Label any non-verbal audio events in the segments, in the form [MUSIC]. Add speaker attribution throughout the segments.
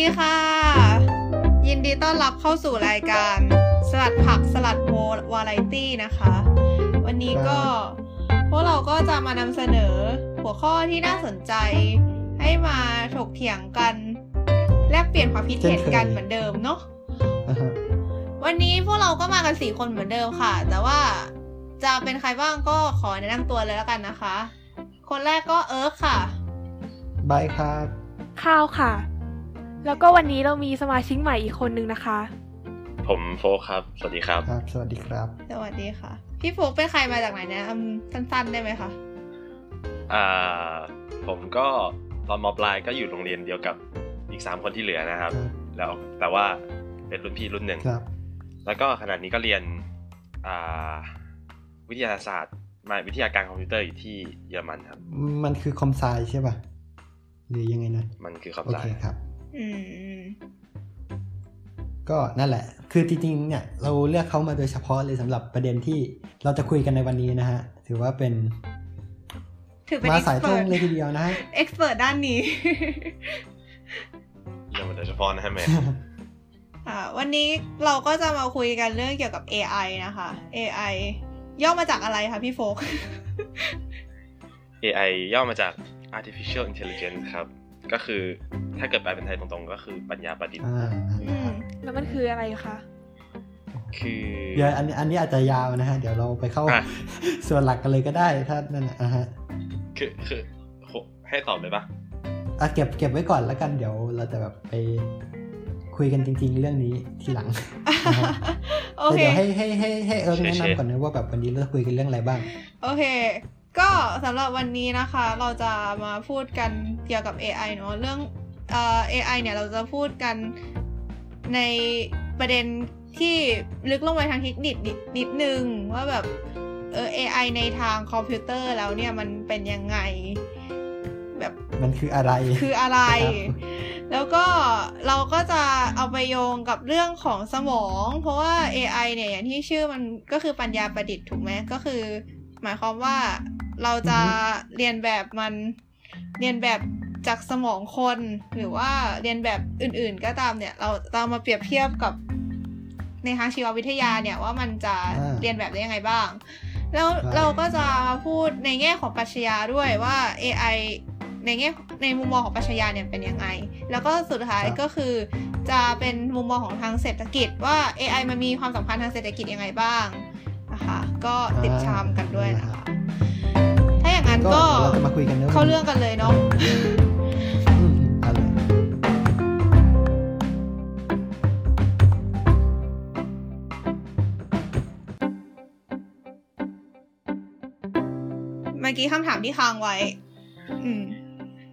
Speaker 1: ดีค่ะ ยินดีต้อนรับเข้าสู่รายการสลัดผักสลัดโววาไรตี้นะคะ วันนี้ก็พวกเราก็จะมานำเสนอหัวข้อที่น่าสนใจ ให้มาถกเถียงกัน แลกเปลี่ยนความคิดเห็นกัน
Speaker 2: เช่นเคย
Speaker 1: เหมือนเดิมเนาะ
Speaker 2: อ่าฮะ
Speaker 1: วันนี้พวกเราก็มากันสี่คนเหมือนเดิมค่ะ แต่ว่าจะเป็นใครบ้างก็ขอแนะนำตัวเลยแล้วกันนะคะ คนแรกก็เอิร์กค่ะ
Speaker 2: บายครับ
Speaker 3: ข้าวค่ะ แล้วก็วันนี้เรามีสมาชิกใหม่อีกคนนึงนะคะ
Speaker 4: ผมโฟกครับ สวัสดีครับ
Speaker 2: ครับ สวัสดีครับ
Speaker 1: สวัสดีค่ะ พี่ฟุกเป็นใครมาจากไหนนะอืมสั้นๆได้ไหมคะ
Speaker 4: อ่า ผมก็ตอนมปลายก็อยู่โรงเรียนเดียวกับอีก 3 คนที่เหลือนะครับ แล้วแต่ว่าเป็นรุ่นพี่รุ่นหนึ่ง
Speaker 2: ครับ
Speaker 4: แล้วก็ขณะนี้ก็เรียนอ่าวิทยาศาสตร์มายวิทยาการคอมพิวเตอร์อยู่ที่เยอรมันครับ
Speaker 2: มันคือคอมไซใช่ป่ะ หรือยังไงนะ
Speaker 4: มันคือคำ
Speaker 2: โอ
Speaker 4: สั่
Speaker 2: เคครับ
Speaker 1: อืมอืม
Speaker 2: ก็นั่นแหละ คือจริงๆเนี่ยเราเลือกเขามาโดยเฉพาะเลยสำหรับประเด็นที่เราจะคุยกันในวันนี้นะฮะ ถือว่าเป็น
Speaker 1: ถือเป็น
Speaker 2: มา
Speaker 1: เอ็ก
Speaker 2: สาย
Speaker 1: ซ์เพ
Speaker 2: ตร
Speaker 1: รง ส
Speaker 2: เลยทีเดียวนะฮะ
Speaker 1: เอ็กซ์เพรสด้านนี้ [LAUGHS]
Speaker 4: เรื่องมันโดยเฉพาะนะฮะแม่
Speaker 1: อ่าวันนี้เราก็จะมาคุยกันเรื่องเกี่ยวกับ AI นะคะ AI ย่อมาจากอะไรคะพี่โฟก
Speaker 4: AI ย่อมาจาก artificial intelligence ครับ ก็คือถ้าเกิดแปลเป็นไทยตรงๆ ก็คือปัญญาประดิษฐ์
Speaker 2: [LAUGHS] อ่า
Speaker 1: อืม
Speaker 3: แล้วมันคืออะไรคะ
Speaker 4: คือ
Speaker 2: เดี๋ยวอันนี้อันนี้อาจจะยาวนะฮะ เดี๋ยวเราไปเข้า
Speaker 4: อ่ะ
Speaker 2: ส่วนหลักกันเลยก็ได้ ถ้านั่นนะอ่ะฮะ
Speaker 4: คือคือโหให้ตอบเลยปะ
Speaker 2: อ่ะเก็บเก็บไว้ก่อนแล้วกัน เดี๋ยวเราจะแบบไปคุยกันจริง ๆ เรื่องนี้ทีหลัง
Speaker 1: โอเค
Speaker 2: เดี๋ยวให้ให้ให้ให้เอิร์ก
Speaker 4: เชฟ
Speaker 2: แนะ
Speaker 4: เชฟ
Speaker 2: นำก่อนนะว่าแบบวันนี้เราจะคุยกันเรื่องอะไรบ้าง
Speaker 1: โอเค ก็สำหรับวันนี้นะคะเราจะมาพูดกันเกี่ยวกับ AI เนอะเรื่องเอ่อ AI เนี่ยเราจะพูดกันในประเด็นที่ลึกลงไปทางเทคนิคนิดนิดนึง ว่าแบบเออ AI ในทางคอมพิวเตอร์แล้วเนี่ยมันเป็นยังไง แบบ
Speaker 2: มันคืออะไร
Speaker 1: คืออะไร
Speaker 2: ครับ
Speaker 1: แล้วก็เราก็จะเอาไปโยงกับเรื่องของสมอง เพราะว่า AI เนี่ยอย่างที่ชื่อมันก็คือปัญญาประดิษฐ์ถูกไหมก็คือ หมายความว่าเราจะเรียนแบบมันเรียนแบบจากสมองคน หรือว่าเรียนแบบอื่นๆก็ตามเนี่ย เราเรามาเปรียบเทียบกับในทางชีววิทยาเนี่ยว่ามันจะ
Speaker 2: อ่า
Speaker 1: เรียนแบบได้ยังไงบ้าง แล้ว
Speaker 2: ครับ
Speaker 1: เราก็จะมาพูดในแง่ของปรัชญาด้วยว่า AI ในแง่ในมุมมองของปรัชญาเนี่ยเป็นยังไง แล้วก็สุดท้าย
Speaker 2: ครับ
Speaker 1: ก็คือ จะเป็นมุมมองของทางเศรษฐกิจว่า AI มันมีความสำคัญทางเศรษฐกิจยังไงบ้างนะคะก็ติดชามกันด้วยนะคะ ถ้าอย่างนั้น
Speaker 2: ก็
Speaker 1: ก็
Speaker 2: เราจะมาคุยกันเรื่อง
Speaker 1: เข้าเรื่องกันเลยเนาะ [LAUGHS]
Speaker 2: อืมอืมเอาเลย
Speaker 1: เมื่อกี้คำถามที่ค้างไว้ อืม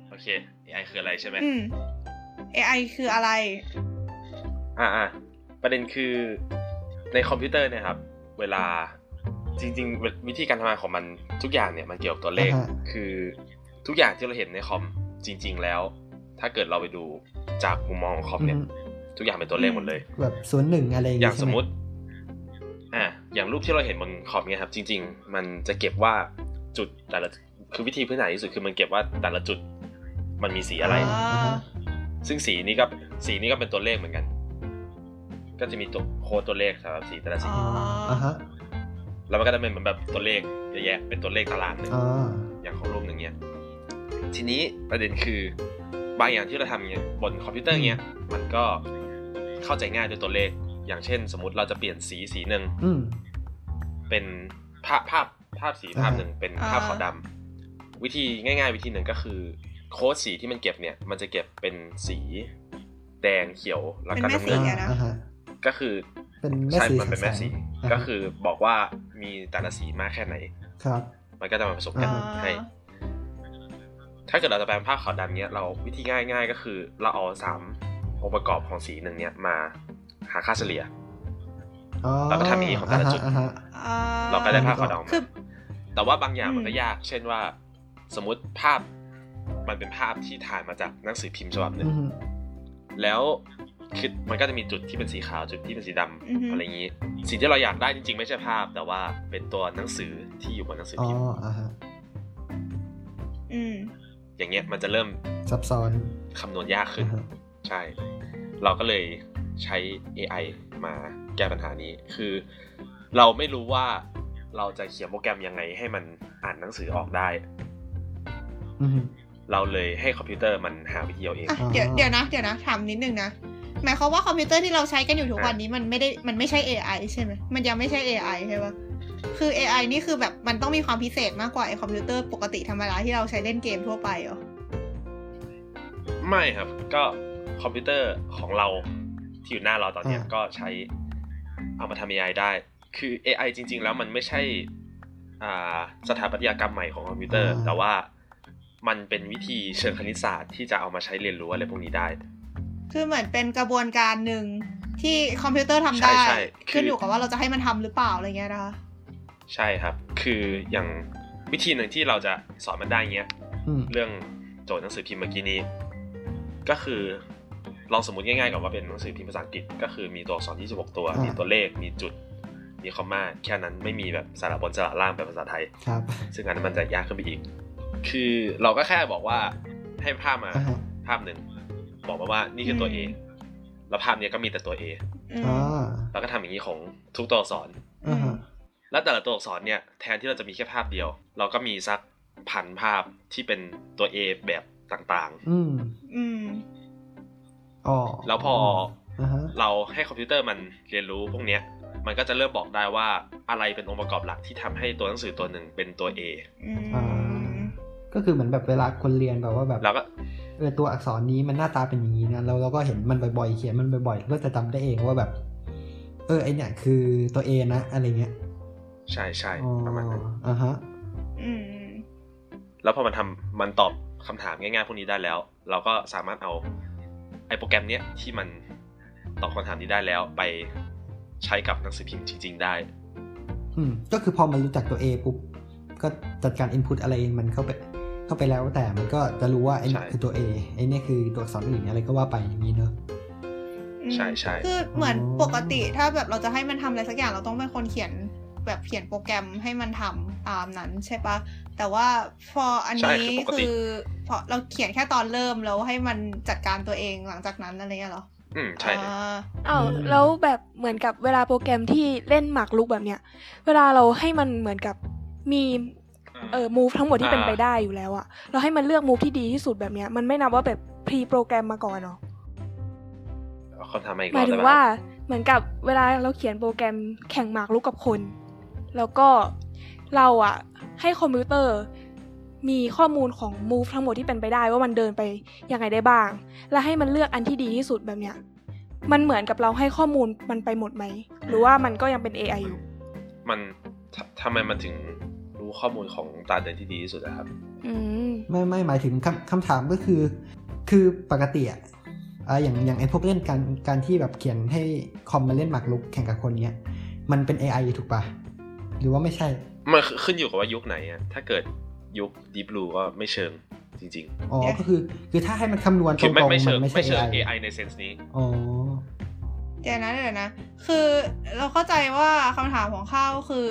Speaker 4: โอเค AI คืออะไรใช่ไหม
Speaker 1: อืม AI คืออะไร
Speaker 4: อ่าอ่าประเด็นคือในคอมพิวเตอร์เนะครับ เวลาจริงๆเววิธีการทำงานของมันทุกอย่างเนี่ยมันเกี่ยวกับตัวเลข คือทุกอย่างที่เราเห็นในคอมจริง ๆ แล้ว ถ้าเกิดเราไปดูจากมุมมองของคอมเนี่ย ทุกอย่างเป็นตัวเลขหมดเลย
Speaker 2: แบบศูนย์หนึ่งอะไรอย่าง
Speaker 4: อ
Speaker 2: งี้
Speaker 4: ย่างสมมติ อ่า อย่างรูปที่เราเห็นบนขอบเนี่ยครับ จริง ๆ มันจะเก็บว่าจุดแต่ละ คือวิธีพื้นฐานที่สุดคือมันเก็บว่าแต่ละจุดมันมีสี
Speaker 2: ใช่หม
Speaker 4: อะไร
Speaker 1: อ่า
Speaker 2: ฮะ
Speaker 4: ซึ่งสีนี้ก็สีนี้ก็เป็นตัวเลขเหมือนกัน ก็จะมีตัวโค้ดตัวเลขสำหรับสีแต่ละสี
Speaker 1: อ๋ออ่า
Speaker 2: อ่าฮะ
Speaker 4: แล้วมันก็จะเป็นเหมือนแบบตัวเลขเยอะแยะเป็นตัวเลขตารางหนึ่ง
Speaker 2: อ่า
Speaker 4: อย่างของรูปหนึ่งเนี้ย ทีนี้ประเด็นคือบางอย่างที่เราทำเนี้ยบนคอมพิวเตอร์เนี้ยมันก็เข้าใจง่ายด้วยตัวเลข อย่างเช่น สมมติเราจะเปลี่ยนสีสีหนึ่ง
Speaker 2: อืม
Speaker 4: เป็นภาพภาพภาพสี
Speaker 2: อ่า
Speaker 4: ภาพหนึ่งเป็นภาพขาวดำวิธีง่าย ๆ วิธีหนึ่งก็คือ โค้ดสีที่มันเก็บเนี่ย มันจะเก็บเป็นสีแดงเขียวแล้วก็
Speaker 1: ป็
Speaker 4: น้ำเงิน
Speaker 1: แม่สีอะนะ
Speaker 2: อ่าฮะ
Speaker 4: ก็คือ
Speaker 2: เป็นแม่
Speaker 4: ใช่
Speaker 2: สี
Speaker 4: มันเป็นแม่สี
Speaker 2: าฮะ
Speaker 4: ก็คือบอกว่ามีแต่ละสีมากแค่ไหน
Speaker 2: ครับ
Speaker 4: มันก็จะมาผสมกัน
Speaker 1: อ่า
Speaker 4: ให้ ถ้าเกิดเราจะแปลงภาพขาวดำเนี้ยเราวิธีง่ายๆก็คือ เราเอาสามองค์ประกอบของสีหนึ่งเนี้ยมาหาค่าเฉลี่ย
Speaker 2: อ๋อ
Speaker 4: เราก็ทำอย่างนี้ของแต่ละจุด
Speaker 2: อ่าฮะ
Speaker 1: อ่
Speaker 4: เราก็ได้ภาพขาวดำออก
Speaker 1: คือ
Speaker 4: มาแต่ว่าบางอย่างมันก็
Speaker 1: อืม
Speaker 4: ยาก เช่นว่า สมมติภาพมันเป็นภาพที่ถ่ายมาจากหนังสือพิมพ์ฉบับหนึ่
Speaker 2: อื
Speaker 4: ง
Speaker 2: ม
Speaker 4: แล้วคือมันก็จะมีจุดที่เป็นสีขาวจุดที่เป็นสีดำ
Speaker 1: อือฮึ
Speaker 4: อะไรอย่างนี้ สิ่งที่เราอยากได้จริงๆ ไม่ใช่ภาพ แต่ว่าเป็นตัวหนังสือที่อยู่บนหนังสือ
Speaker 2: อ๋อ
Speaker 4: พิมพ์
Speaker 2: อ่าฮะ
Speaker 1: อืม
Speaker 4: อย่างเงี้ยมันจะเริ่ม
Speaker 2: ซับซ้อน
Speaker 4: คำนวณยากขึ้น
Speaker 2: อ่าฮะ
Speaker 4: ใช่ เราก็เลยใช้ AI มาแก้ปัญหานี้ คือเราไม่รู้ว่าเราจะเขียนโปรแกรมยังไงให้มันอ่านหนังสือออกได้
Speaker 2: อืม
Speaker 4: เราเลยให้คอมพิวเตอร์มันหาวิธีเอาเอง
Speaker 1: อ่ะ
Speaker 2: อ่า
Speaker 1: เดี๋ยวเดี๋ยวนะเดี๋ยวนะถามนิดนึงนะหมายความว่าคอมพิวเตอร์ที่เราใช้กันอยู่ทุกวันนี้มันไม่ได้มันไม่ใช่ AI ใช่ไหมมันยังไม่ใช่ AI ใช่ปะคือ AI นี่คือแบบมันต้องมีความพิเศษมากกว่าไอ้คอมพิวเตอร์ปกติธรรมดาที่เราใช้เล่นเกมทั่วไปเหรอ
Speaker 4: ไม่ครับ ก็คอมพิวเตอร์ของเราที่อยู่หน้าเราตอนเนี้ย
Speaker 2: อ่า
Speaker 4: ก็ใช้เอามาทำ AI ได้ คือ AI จริง ๆ แล้วมันไม่ใช่อ่าสถาปัตยกรรมใหม่ของคอมพิวเตอร์ แต่ว่ามันเป็นวิธีเชิงคณิตศาสตร์ที่จะเอามาใช้เรียนรู้อะไรพวกนี้ได้
Speaker 1: คือเหมือนเป็นกระบวนการหนึ่งที่คอมพิวเตอร์ทำ
Speaker 4: ใช่
Speaker 1: ได้
Speaker 4: ใช่คือ
Speaker 1: ขึ้นอยู่กับว่าเราจะให้มันทำหรือเปล่าอะไรเงี้ยนะคะ
Speaker 4: ใช่ครับ คืออย่างวิธีหนึ่งที่เราจะสอนมันได้เงี้ย
Speaker 2: อืม
Speaker 4: เรื่องโจทย์หนังสือพิมพ์เมื่อกี้นี้ ก็คือลองสมมติง่ายๆกับว่าเป็นหนังสือพิมพ์ภาษาอังกฤษ ก็คือมีตัวอักษร26 ตัว มีตัวเลข มีจุด มีคอมมา แค่นั้นไม่มีแบบสระบนสระล่างแบบภาษาไทย
Speaker 2: ครับ
Speaker 4: ซึ่งอันนั้นมันจะยากขึ้นไปอีก คือเราก็แค่บอกว่าให้ภาพมา
Speaker 2: อ่าฮะ
Speaker 4: ภาพหนึ่ง บอกมาว่านี่คือตัว A
Speaker 1: อืม
Speaker 4: แล้วภาพเนี้ยก็มีแต่ตัว A
Speaker 1: อืม
Speaker 2: อ่า
Speaker 4: เราก็ทำอย่างนี้ของทุกตัวอักษร
Speaker 2: อ่าฮะ
Speaker 4: แล้วแต่ละตัวอักษรเนี่ยแทนที่เราจะมีแค่ภาพเดียว เราก็มีสักพันภาพที่เป็นตัว A แบบต่างๆ
Speaker 2: อืม
Speaker 1: อืม
Speaker 2: อ๋อ
Speaker 4: แล้วพอ
Speaker 2: อ่าฮะ
Speaker 4: เราให้คอมพิวเตอร์มันเรียนรู้พวกเนี้ย มันก็จะเริ่มบอกได้ว่าอะไรเป็นองค์ประกอบหลักที่ทำให้ตัวหนังสือตัวหนึ่งเป็นตัว A
Speaker 1: อืม
Speaker 2: อ่าก็คือเหมือนแบบเวลาคนเรียนแบบว่าแบบ
Speaker 4: แล้วก็
Speaker 2: เออตัวอักษรนี้มันหน้าตาเป็นอย่างนี้นะเราเราก็เห็นมันบ่อยๆ เขียนมันบ่อยๆเราก็จะจำได้เองว่าแบบ เออไอเนี่ยคือตัวเอนะอะไรเงี้ย
Speaker 4: ใช่ใช่
Speaker 2: อ๋อ
Speaker 4: ประมาณนั้น
Speaker 2: อ่าฮะ
Speaker 1: อืม
Speaker 4: แล้วพอมันทำมันตอบคำถามง่ายๆพวกนี้ได้แล้ว เราก็สามารถเอาไอโปรแกรมเนี้ยที่มันตอบคำถามนี้ได้แล้วไปใช้กับหนังสือพิมพ์จริง ๆ ได้
Speaker 2: อืมก็คือพอมันรู้จักตัวเอปุ๊บก็จัดการ input อะไรมันเข้าไปเข้าไปแล้วแต่มันก็จะรู้ว่าไอเนี่ย
Speaker 4: ใช่
Speaker 2: คือตัวเอไอเนี่ยคือตัวอักษรอื่นอะไรก็ว่าไปอย่างนี้เนอะ
Speaker 1: อืม
Speaker 4: ใช่ใช่
Speaker 1: คือเหมือน
Speaker 2: อ๋อ
Speaker 1: ปกติถ้าแบบเราจะให้มันทำอะไรสักอย่างเราต้องเป็นคนเขียนแบบเขียนโปรแกรมให้มันทำตามนั้นใช่ปะแต่ว่าพออัน
Speaker 4: ใช่
Speaker 1: นี้
Speaker 4: คือปกติ
Speaker 1: คือพอเราเขียนแค่ตอนเริ่มแล้วให้มันจัดการตัวเองหลังจากนั้นอะไรเงี้ยเหรอ
Speaker 4: อืมใช่เลย
Speaker 1: อ่า
Speaker 3: อ้าว
Speaker 2: อืม
Speaker 3: แล้วแบบเหมือนกับเวลาโปรแกรมที่เล่นหมากรุกแบบเนี้ย เวลาเราให้มันเหมือนกับมีเอ่อมูฟทั้งหมดที่เป็นไปได้อยู่แล้วอะเราให้มันเลือกมูฟที่ดีที่สุดแบบเนี้ยมันไม่นับว่าแบบพรีโปรแกรมมาก่อนเนาะ
Speaker 4: เอาคำถามมาอีก
Speaker 3: ห
Speaker 4: รอ
Speaker 3: มาย
Speaker 4: บ
Speaker 3: ถึง
Speaker 4: ได้ไหม
Speaker 3: ว่า
Speaker 4: ครับ
Speaker 3: เหมือนกับเวลาเราเขียนโปรแกรมแข่งหมากรุกกับคน แล้วก็เราอะให้คอมพิวเตอร์ มีข้อมูลของมูฟทั้งหมดที่เป็นไปได้ว่ามันเดินไปยังไงได้บ้าง และให้มันเลือกอันที่ดีที่สุดแบบเนี้ยมันเหมือนกับเราให้ข้อมูลมันไปหมดไหมหรือว่ามันก็ยังเป็น AI อยู่
Speaker 4: มันทำทำไมมันถึงรู้ข้อมูลของตาเดินที่ดีที่สุดอะครับ
Speaker 3: อืม
Speaker 2: ไม่ไม่หมายถึงคำคำถามก็คือ คือปกติอะอ่าอย่างอย่างไอพวกเล่นการการที่แบบเขียนให้คอมมาเล่นหมากรุกแข่งกับคนเนี้ยมันเป็น AI ถูกปะหรือว่าไม่ใช่
Speaker 4: มันขึ้นอยู่กับว่ายุคไหนอะถ้าเกิดยุค Deep Blue ก็ไม่เชิงจริง
Speaker 2: อ๋อ ก็คือ คือถ้าให้มันคำนวณ
Speaker 4: ๆ
Speaker 2: ตร
Speaker 4: คือ
Speaker 2: ๆ
Speaker 4: ง
Speaker 2: มัน
Speaker 4: ไม่ไม่เชิง
Speaker 2: ไม่ใช่
Speaker 4: ไม่เชิง
Speaker 2: AI
Speaker 4: AI ในเซนส์นี้
Speaker 2: อ๋อ
Speaker 1: เดี๋ยวนะเดี๋ยวนะ คือเราเข้าใจว่าคำถามของข้าวคือ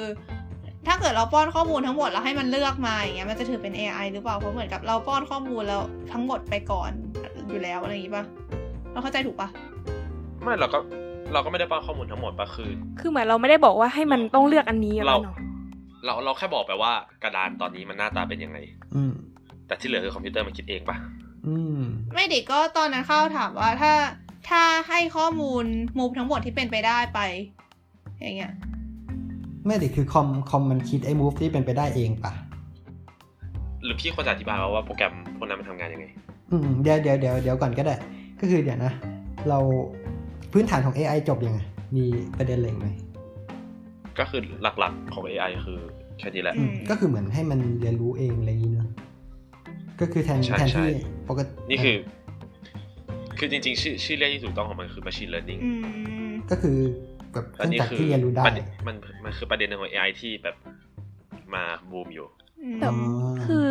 Speaker 1: ถ้าเกิดเราป้อนข้อมูลทั้งหมดแล้วให้มันเลือกมาอย่างเงี้ยมันจะถือเป็น AI หรือเปล่าเพราะเหมือนกับเราป้อนข้อมูลแล้วทั้งหมดไปก่อนอยู่แล้วอะไรอย่างงี้ปะเราเข้าใจถูกปะ
Speaker 4: ไม่เราก็เราก็ไม่ได้ป้อนข้อมูลทั้งหมดปะคือ
Speaker 3: คือเหมือนเราไม่ได้บอกว่าให้มันต้องเลือกอันนี้อะไร
Speaker 4: เรา
Speaker 3: เนาะ
Speaker 4: เราเราแค่บอกไปว่ากระดานตอนนี้มันหน้าตาเป็นยังไง
Speaker 2: อืม
Speaker 4: แต่ที่เหลือคือคอมพิวเตอร์มันคิดเองปะ
Speaker 2: อืม
Speaker 1: ไม่ดิก็ตอนนั้นเข้าถามว่าถ้าถ้าให้ข้อมูลมูฟทั้งหมดที่เป็นไปได้ไป อย่างเงี้ย
Speaker 2: ไม่แต่คือคอม คอมมันคิดไอ้ move ที่เป็นไปได้เองปะ
Speaker 4: หรือพี่ควรจะอธิบายว่าโปรแกรมพวกนั้นมันทำงานยังไง
Speaker 2: อืม เดี๋ยวเดี๋ยวเดี๋ยวเดี๋ยวก่อนก็ได้ ก็คือเดี๋ยวนะ เราพื้นฐานของ AI จบยังไง มีประเด็นอะไรอีกไหม
Speaker 4: ก็คือหลักๆของ AI คือแค่นี้แหละ
Speaker 2: อืมก็คือเหมือนให้มันเรียนรู้เองอะไรอย่างนี้เนอะก็คือแทน
Speaker 4: ใช่
Speaker 2: แทน
Speaker 4: ใช่
Speaker 2: ที่ปกติ
Speaker 4: นี่คือ คือจริง ๆ ชื่อชื่อเรียกที่ถูกต้องของมันคือ machine learning
Speaker 1: อืม
Speaker 2: ก็คือแบบเค
Speaker 4: อัน
Speaker 2: รื่อง
Speaker 4: นี้
Speaker 2: จักร
Speaker 4: คือ
Speaker 2: ที่เรียนรู้ได้
Speaker 4: มันมันมันคือประเด็นหนึ่งของ AI ที่แบบมาบูมอยู่
Speaker 1: อืม
Speaker 3: แต่
Speaker 2: อ๋อ
Speaker 3: คือ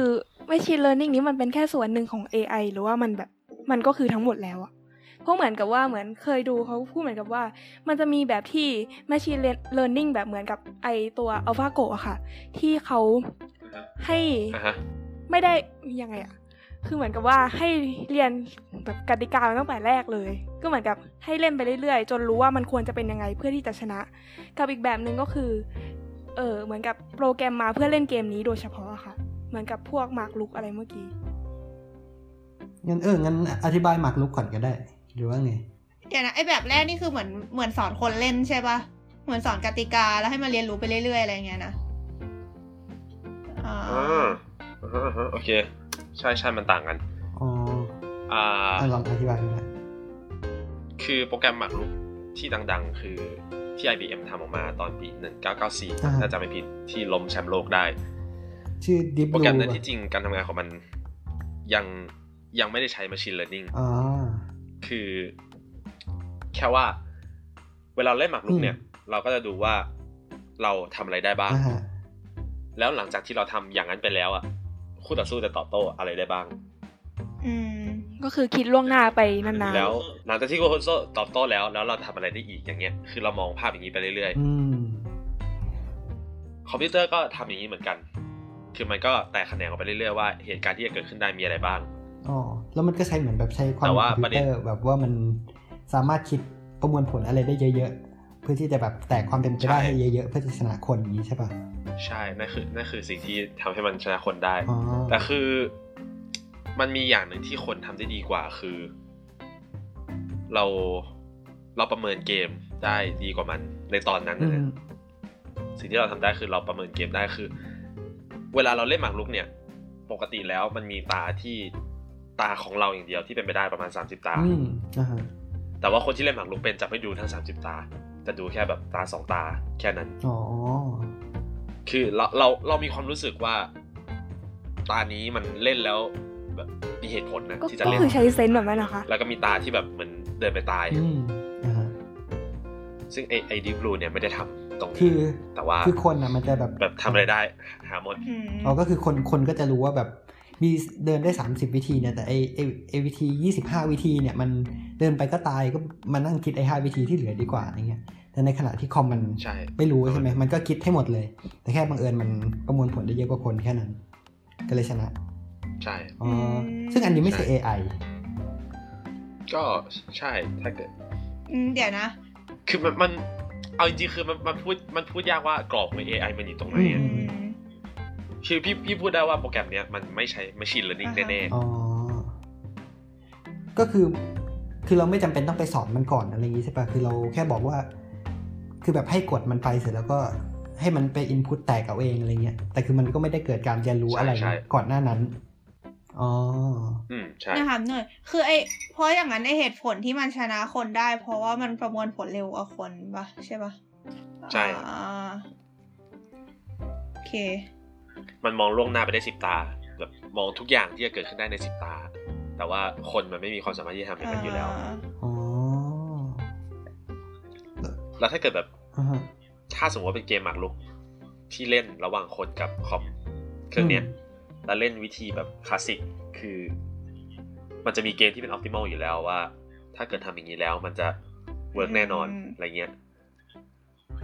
Speaker 3: machine learning นี้มันเป็นแค่ส่วนหนึ่งของ AI หรือว่ามันแบบมันก็คือทั้งหมดแล้วอะเพราะเหมือนกับว่าเหมือนเคยดูเขาพูดเหมือนกับว่า มันจะมีแบบที่ machine learning แบบเหมือนกับไอตัว AlphaGo อะค่ะ ที่เขาให้
Speaker 4: อ่ะฮะ
Speaker 3: ไม่ได้ยังไงอะ คือเหมือนกับว่าให้เรียนแบบกติกามาตั้งแต่แรกเลย ก็เหมือนกับให้เล่นไปเรื่อยๆ จนรู้ว่ามันควรจะเป็นยังไงเพื่อที่จะชนะ กับอีกแบบหนึ่งก็คือ เออเหมือนกับโปรแกรมมาเพื่อเล่นเกมนี้โดยเฉพาะอะค่ะ เหมือนกับพวกหมากรุกอะไรเมื่อกี้
Speaker 2: งั้นเอองั้นอธิบายหมากรุกก่อนก็ได้ หรือว่าไง
Speaker 1: เดี๋ยวนะไอ้แบบแรกนี่คือเหมือนเหมือนสอนคนเล่นใช่ปะเหมือนสอนกติกาแล้วให้มาเรียนรู้ไปเรื่อยๆอะไรอย่างเงี้ยนะอ่า
Speaker 4: อ่าอ่าอ่าโอเค ใช่ใช่มันต่างกัน
Speaker 2: อ๋อ
Speaker 4: อ่า
Speaker 2: อ่ะลองอธิบายดูนะ
Speaker 4: คือโปรแกรมหมากรุกที่ดัง ๆ คือที่ IBM ทำออกมาตอนปี 1994 ถ้าจำไม่ผิดที่ล้มแชมป์โลกได้
Speaker 2: ชื่อ Deep
Speaker 4: โปร
Speaker 2: Blue
Speaker 4: แกรมนั้น
Speaker 2: ป่ะ
Speaker 4: ที่จริงการทำงานของมันยังยังไม่ได้ใช้ Machine Learning
Speaker 2: อ๋อ
Speaker 4: คือแค่ว่า เวลาเล่นหมากรุกเนี่ย
Speaker 2: อืม
Speaker 4: เราก็จะดูว่าเราทำอะไรได้บ้าง
Speaker 2: อ่าฮะ
Speaker 4: แล้วหลังจากที่เราทำอย่างนั้นไปแล้วอ่ะคู่ต่อสู้จะตอบโต้อะไรได้บ้าง
Speaker 1: อืม
Speaker 3: ก็คือคิดล่วงหน้าไปนาน
Speaker 4: แล้วหลังจากที่คู่ต่อสู้ตอบโต้แล้ว แล้วเราทำอะไรได้อีกอย่างเงี้ย คือเรามองภาพอย่างนี้ไปเรื่อยๆ
Speaker 2: อืม
Speaker 4: คอมพิวเตอร์ก็ทำอย่างนี้เหมือนกัน คือมันก็แตกแขนงออกไปเรื่อยๆว่าเหตุการณ์ที่จะเกิดขึ้นได้มีอะไรบ้าง
Speaker 2: อ๋อ แล้วมันก็ใช้เหมือนแบบใช้ความ
Speaker 4: แต่ว่า
Speaker 2: คอมพิ
Speaker 4: ประ
Speaker 2: ว
Speaker 4: เด็
Speaker 2: เตอ
Speaker 4: น
Speaker 2: ร์แบบว่ามันสามารถคิดประมวลผลอะไรได้เยอะๆ เพื่อที่จะแบบแตกความเป็นไปได้ให้เยอะๆ เพื่อจะชนะคนอย่างนี้ใช่ป่ะ
Speaker 4: ใช่ นั่นคือ นั่นคือสิ่งที่ทำให้มันชนะคนได้
Speaker 2: อ๋อ
Speaker 4: แต่คือมันมีอย่างหนึ่งที่คนทำได้ดีกว่าคือ เราเราประเมินเกมได้ดีกว่ามัน ในตอนนั้น
Speaker 2: อื
Speaker 4: นะ
Speaker 2: ม
Speaker 4: นะ สิ่งที่เราทำได้คือเราประเมินเกมได้คือ เวลาเราเล่นหมากรุกเนี่ย ปกติแล้วมันมีตาที่ตาของเราอย่างเดียวที่เป็นไปได้ประมาณ 30 ตา
Speaker 2: อืมอ่าฮะ
Speaker 4: แต่ว่าคนที่เล่นหมากรุกเป็นจะไม่ดูทั้ง 30 ตา จะดูแค่แบบตาสองตาแค่นั้น
Speaker 2: อ๋อ
Speaker 4: คือเราเราเรามีความรู้สึกว่า ตานี้มันเล่นแล้วแบบมีเหตุผลนะ
Speaker 3: ๆก็
Speaker 4: ที่จะ
Speaker 3: ก็
Speaker 4: เล่น
Speaker 3: คือใช้เซนส์แบบนั้นนะคะ
Speaker 4: แล้วก็มีตาที่แบบเหมือนเดินไปตาย
Speaker 2: อืมอ่าฮะ
Speaker 4: ซึ่งไอไอดิบลูเนี่ยไม่ได้ทำตรง
Speaker 2: คื
Speaker 4: นี้
Speaker 2: อ
Speaker 4: แต่ว่า
Speaker 2: คือคนอ่ะมันจะแบบ
Speaker 4: แบบทำอะไรได้หาหมด
Speaker 1: อืม
Speaker 2: อ๋อก็คือคนคนก็จะรู้ว่าแบบมีเดินได้ 30 วิธีเนี่ยแต่ไอไอไอวิธี 25 วิธีเนี่ยมันเดินไปก็ตายก็มานั่งคิดไอห้าวิธีที่เหลือดีกว่าอย่างเงี้ย แต่ในขณะที่คอมมัน
Speaker 4: ใช่
Speaker 2: ไม่รู้ใช่ไหมมันก็คิดให้หมดเลย แต่แค่บังเอิญมันประมวลผลได้เยอะกว่าคนแค่นั้น ก็เลยชนะ
Speaker 4: ใช่
Speaker 2: อ๋อซึ่งอันนี้ไม่ใช่ AI
Speaker 4: ก็ใช่ถ้าเกิด
Speaker 1: อืมเดี๋ยวนะ
Speaker 4: คือมันมันเอาจริงๆคือมันมันพูดมันพูดยากว่ากรอบของ AI มันอยู่ตรงไหน
Speaker 2: อื
Speaker 4: อะ
Speaker 2: ม
Speaker 1: อืม
Speaker 4: คือพี่พี่พูดได้ว่าโปรแกรมเนี้ยมันไม่ใช่ไม่ชินเลอร์นิ่ง
Speaker 1: อ่าฮะ
Speaker 4: แน่ๆ
Speaker 2: อ๋อ ก็คือคือเราไม่จำเป็นต้องไปสอนมันก่อนอะไรอย่างนี้ใช่ปะคือเราแค่บอกว่า คือแบบให้กดมันไปเสร็จแล้วก็ให้มันไปอินพุตแตกเอาเองอะไรเงี้ย แต่คือมันก็ไม่ได้เกิดการเรียนรู้
Speaker 4: ใช่
Speaker 2: อะไร
Speaker 4: ใช่
Speaker 2: ก่อนหน้านั้น อ๋อ
Speaker 4: อืมใช่
Speaker 1: นะคะหน่อยคือไอเพราะอย่างนั้นไอเหตุผลที่มันชนะคนได้ เพราะว่ามันประมวลผลเร็วกว่าคนปะใช่ปะ
Speaker 4: ใช่
Speaker 1: อ่าโอเค
Speaker 4: มันมองล่วงหน้าไปได้สิบตาแบบมองทุกอย่างที่จะเกิดขึ้นได้ในสิบตา แต่ว่าคนมันไม่มีความสามารถที่จะทำอย่างนั้นอยู่แล้ว
Speaker 2: อ๋อ
Speaker 4: แล้วถ้าเกิดแบบ
Speaker 2: อ่าฮะ
Speaker 4: ถ้าสมมติว่าเป็นเกมหมากรุกที่เล่นระหว่างคนกับคอมเครื่องเนี้ยแล้วเล่นวิธีแบบคลาสสิกคือ มันจะมีเกมที่เป็นออพติมอลอยู่แล้วว่า ถ้าเกิดทำอย่างนี้แล้วมันจะเวิร์กแน่นอน
Speaker 1: อืม
Speaker 4: อะไรเงี้ย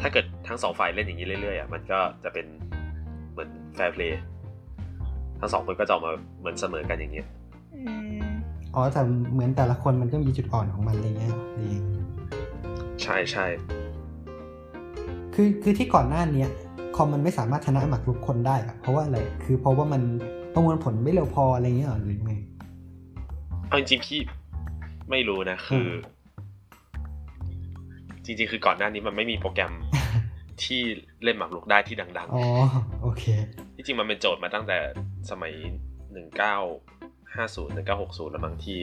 Speaker 4: ถ้าเกิดทั้งสองฝ่ายเล่นอย่างนี้เรื่อยๆอ่ะมันก็จะเป็นเหมือนแฟร์เพลย์ทั้งสองคนก็จะออกมาเหมือนเสมอกันอย่างเงี้ย
Speaker 1: อืม
Speaker 2: อ๋อแต่เหมือนแต่ละคนมันก็มีจุดอ่อนของมันอะไรเงี้ยดี
Speaker 4: ใช่ใช่
Speaker 2: คือคือที่ก่อนหน้าเนี้ยคอมมันไม่สามารถชนะหมากรุกคนได้อะเพราะว่าอะไร คือเพราะว่ามันประมวลผลไม่เร็วพออะไรเงี้ยเหรอหรือไง
Speaker 4: เอาจริงๆพี่ไม่รู้นะ คือ จริงๆ คือก่อนหน้านี้มันไม่มีโปรแกรม ที่เล่นหมากรุกได้ที่ดัง
Speaker 2: อ๋อ โอเค
Speaker 4: ๆ ที่จริงมันเป็นโจทย์มาตั้งแต่สมัย 1950 1960 แล้วมั้งที่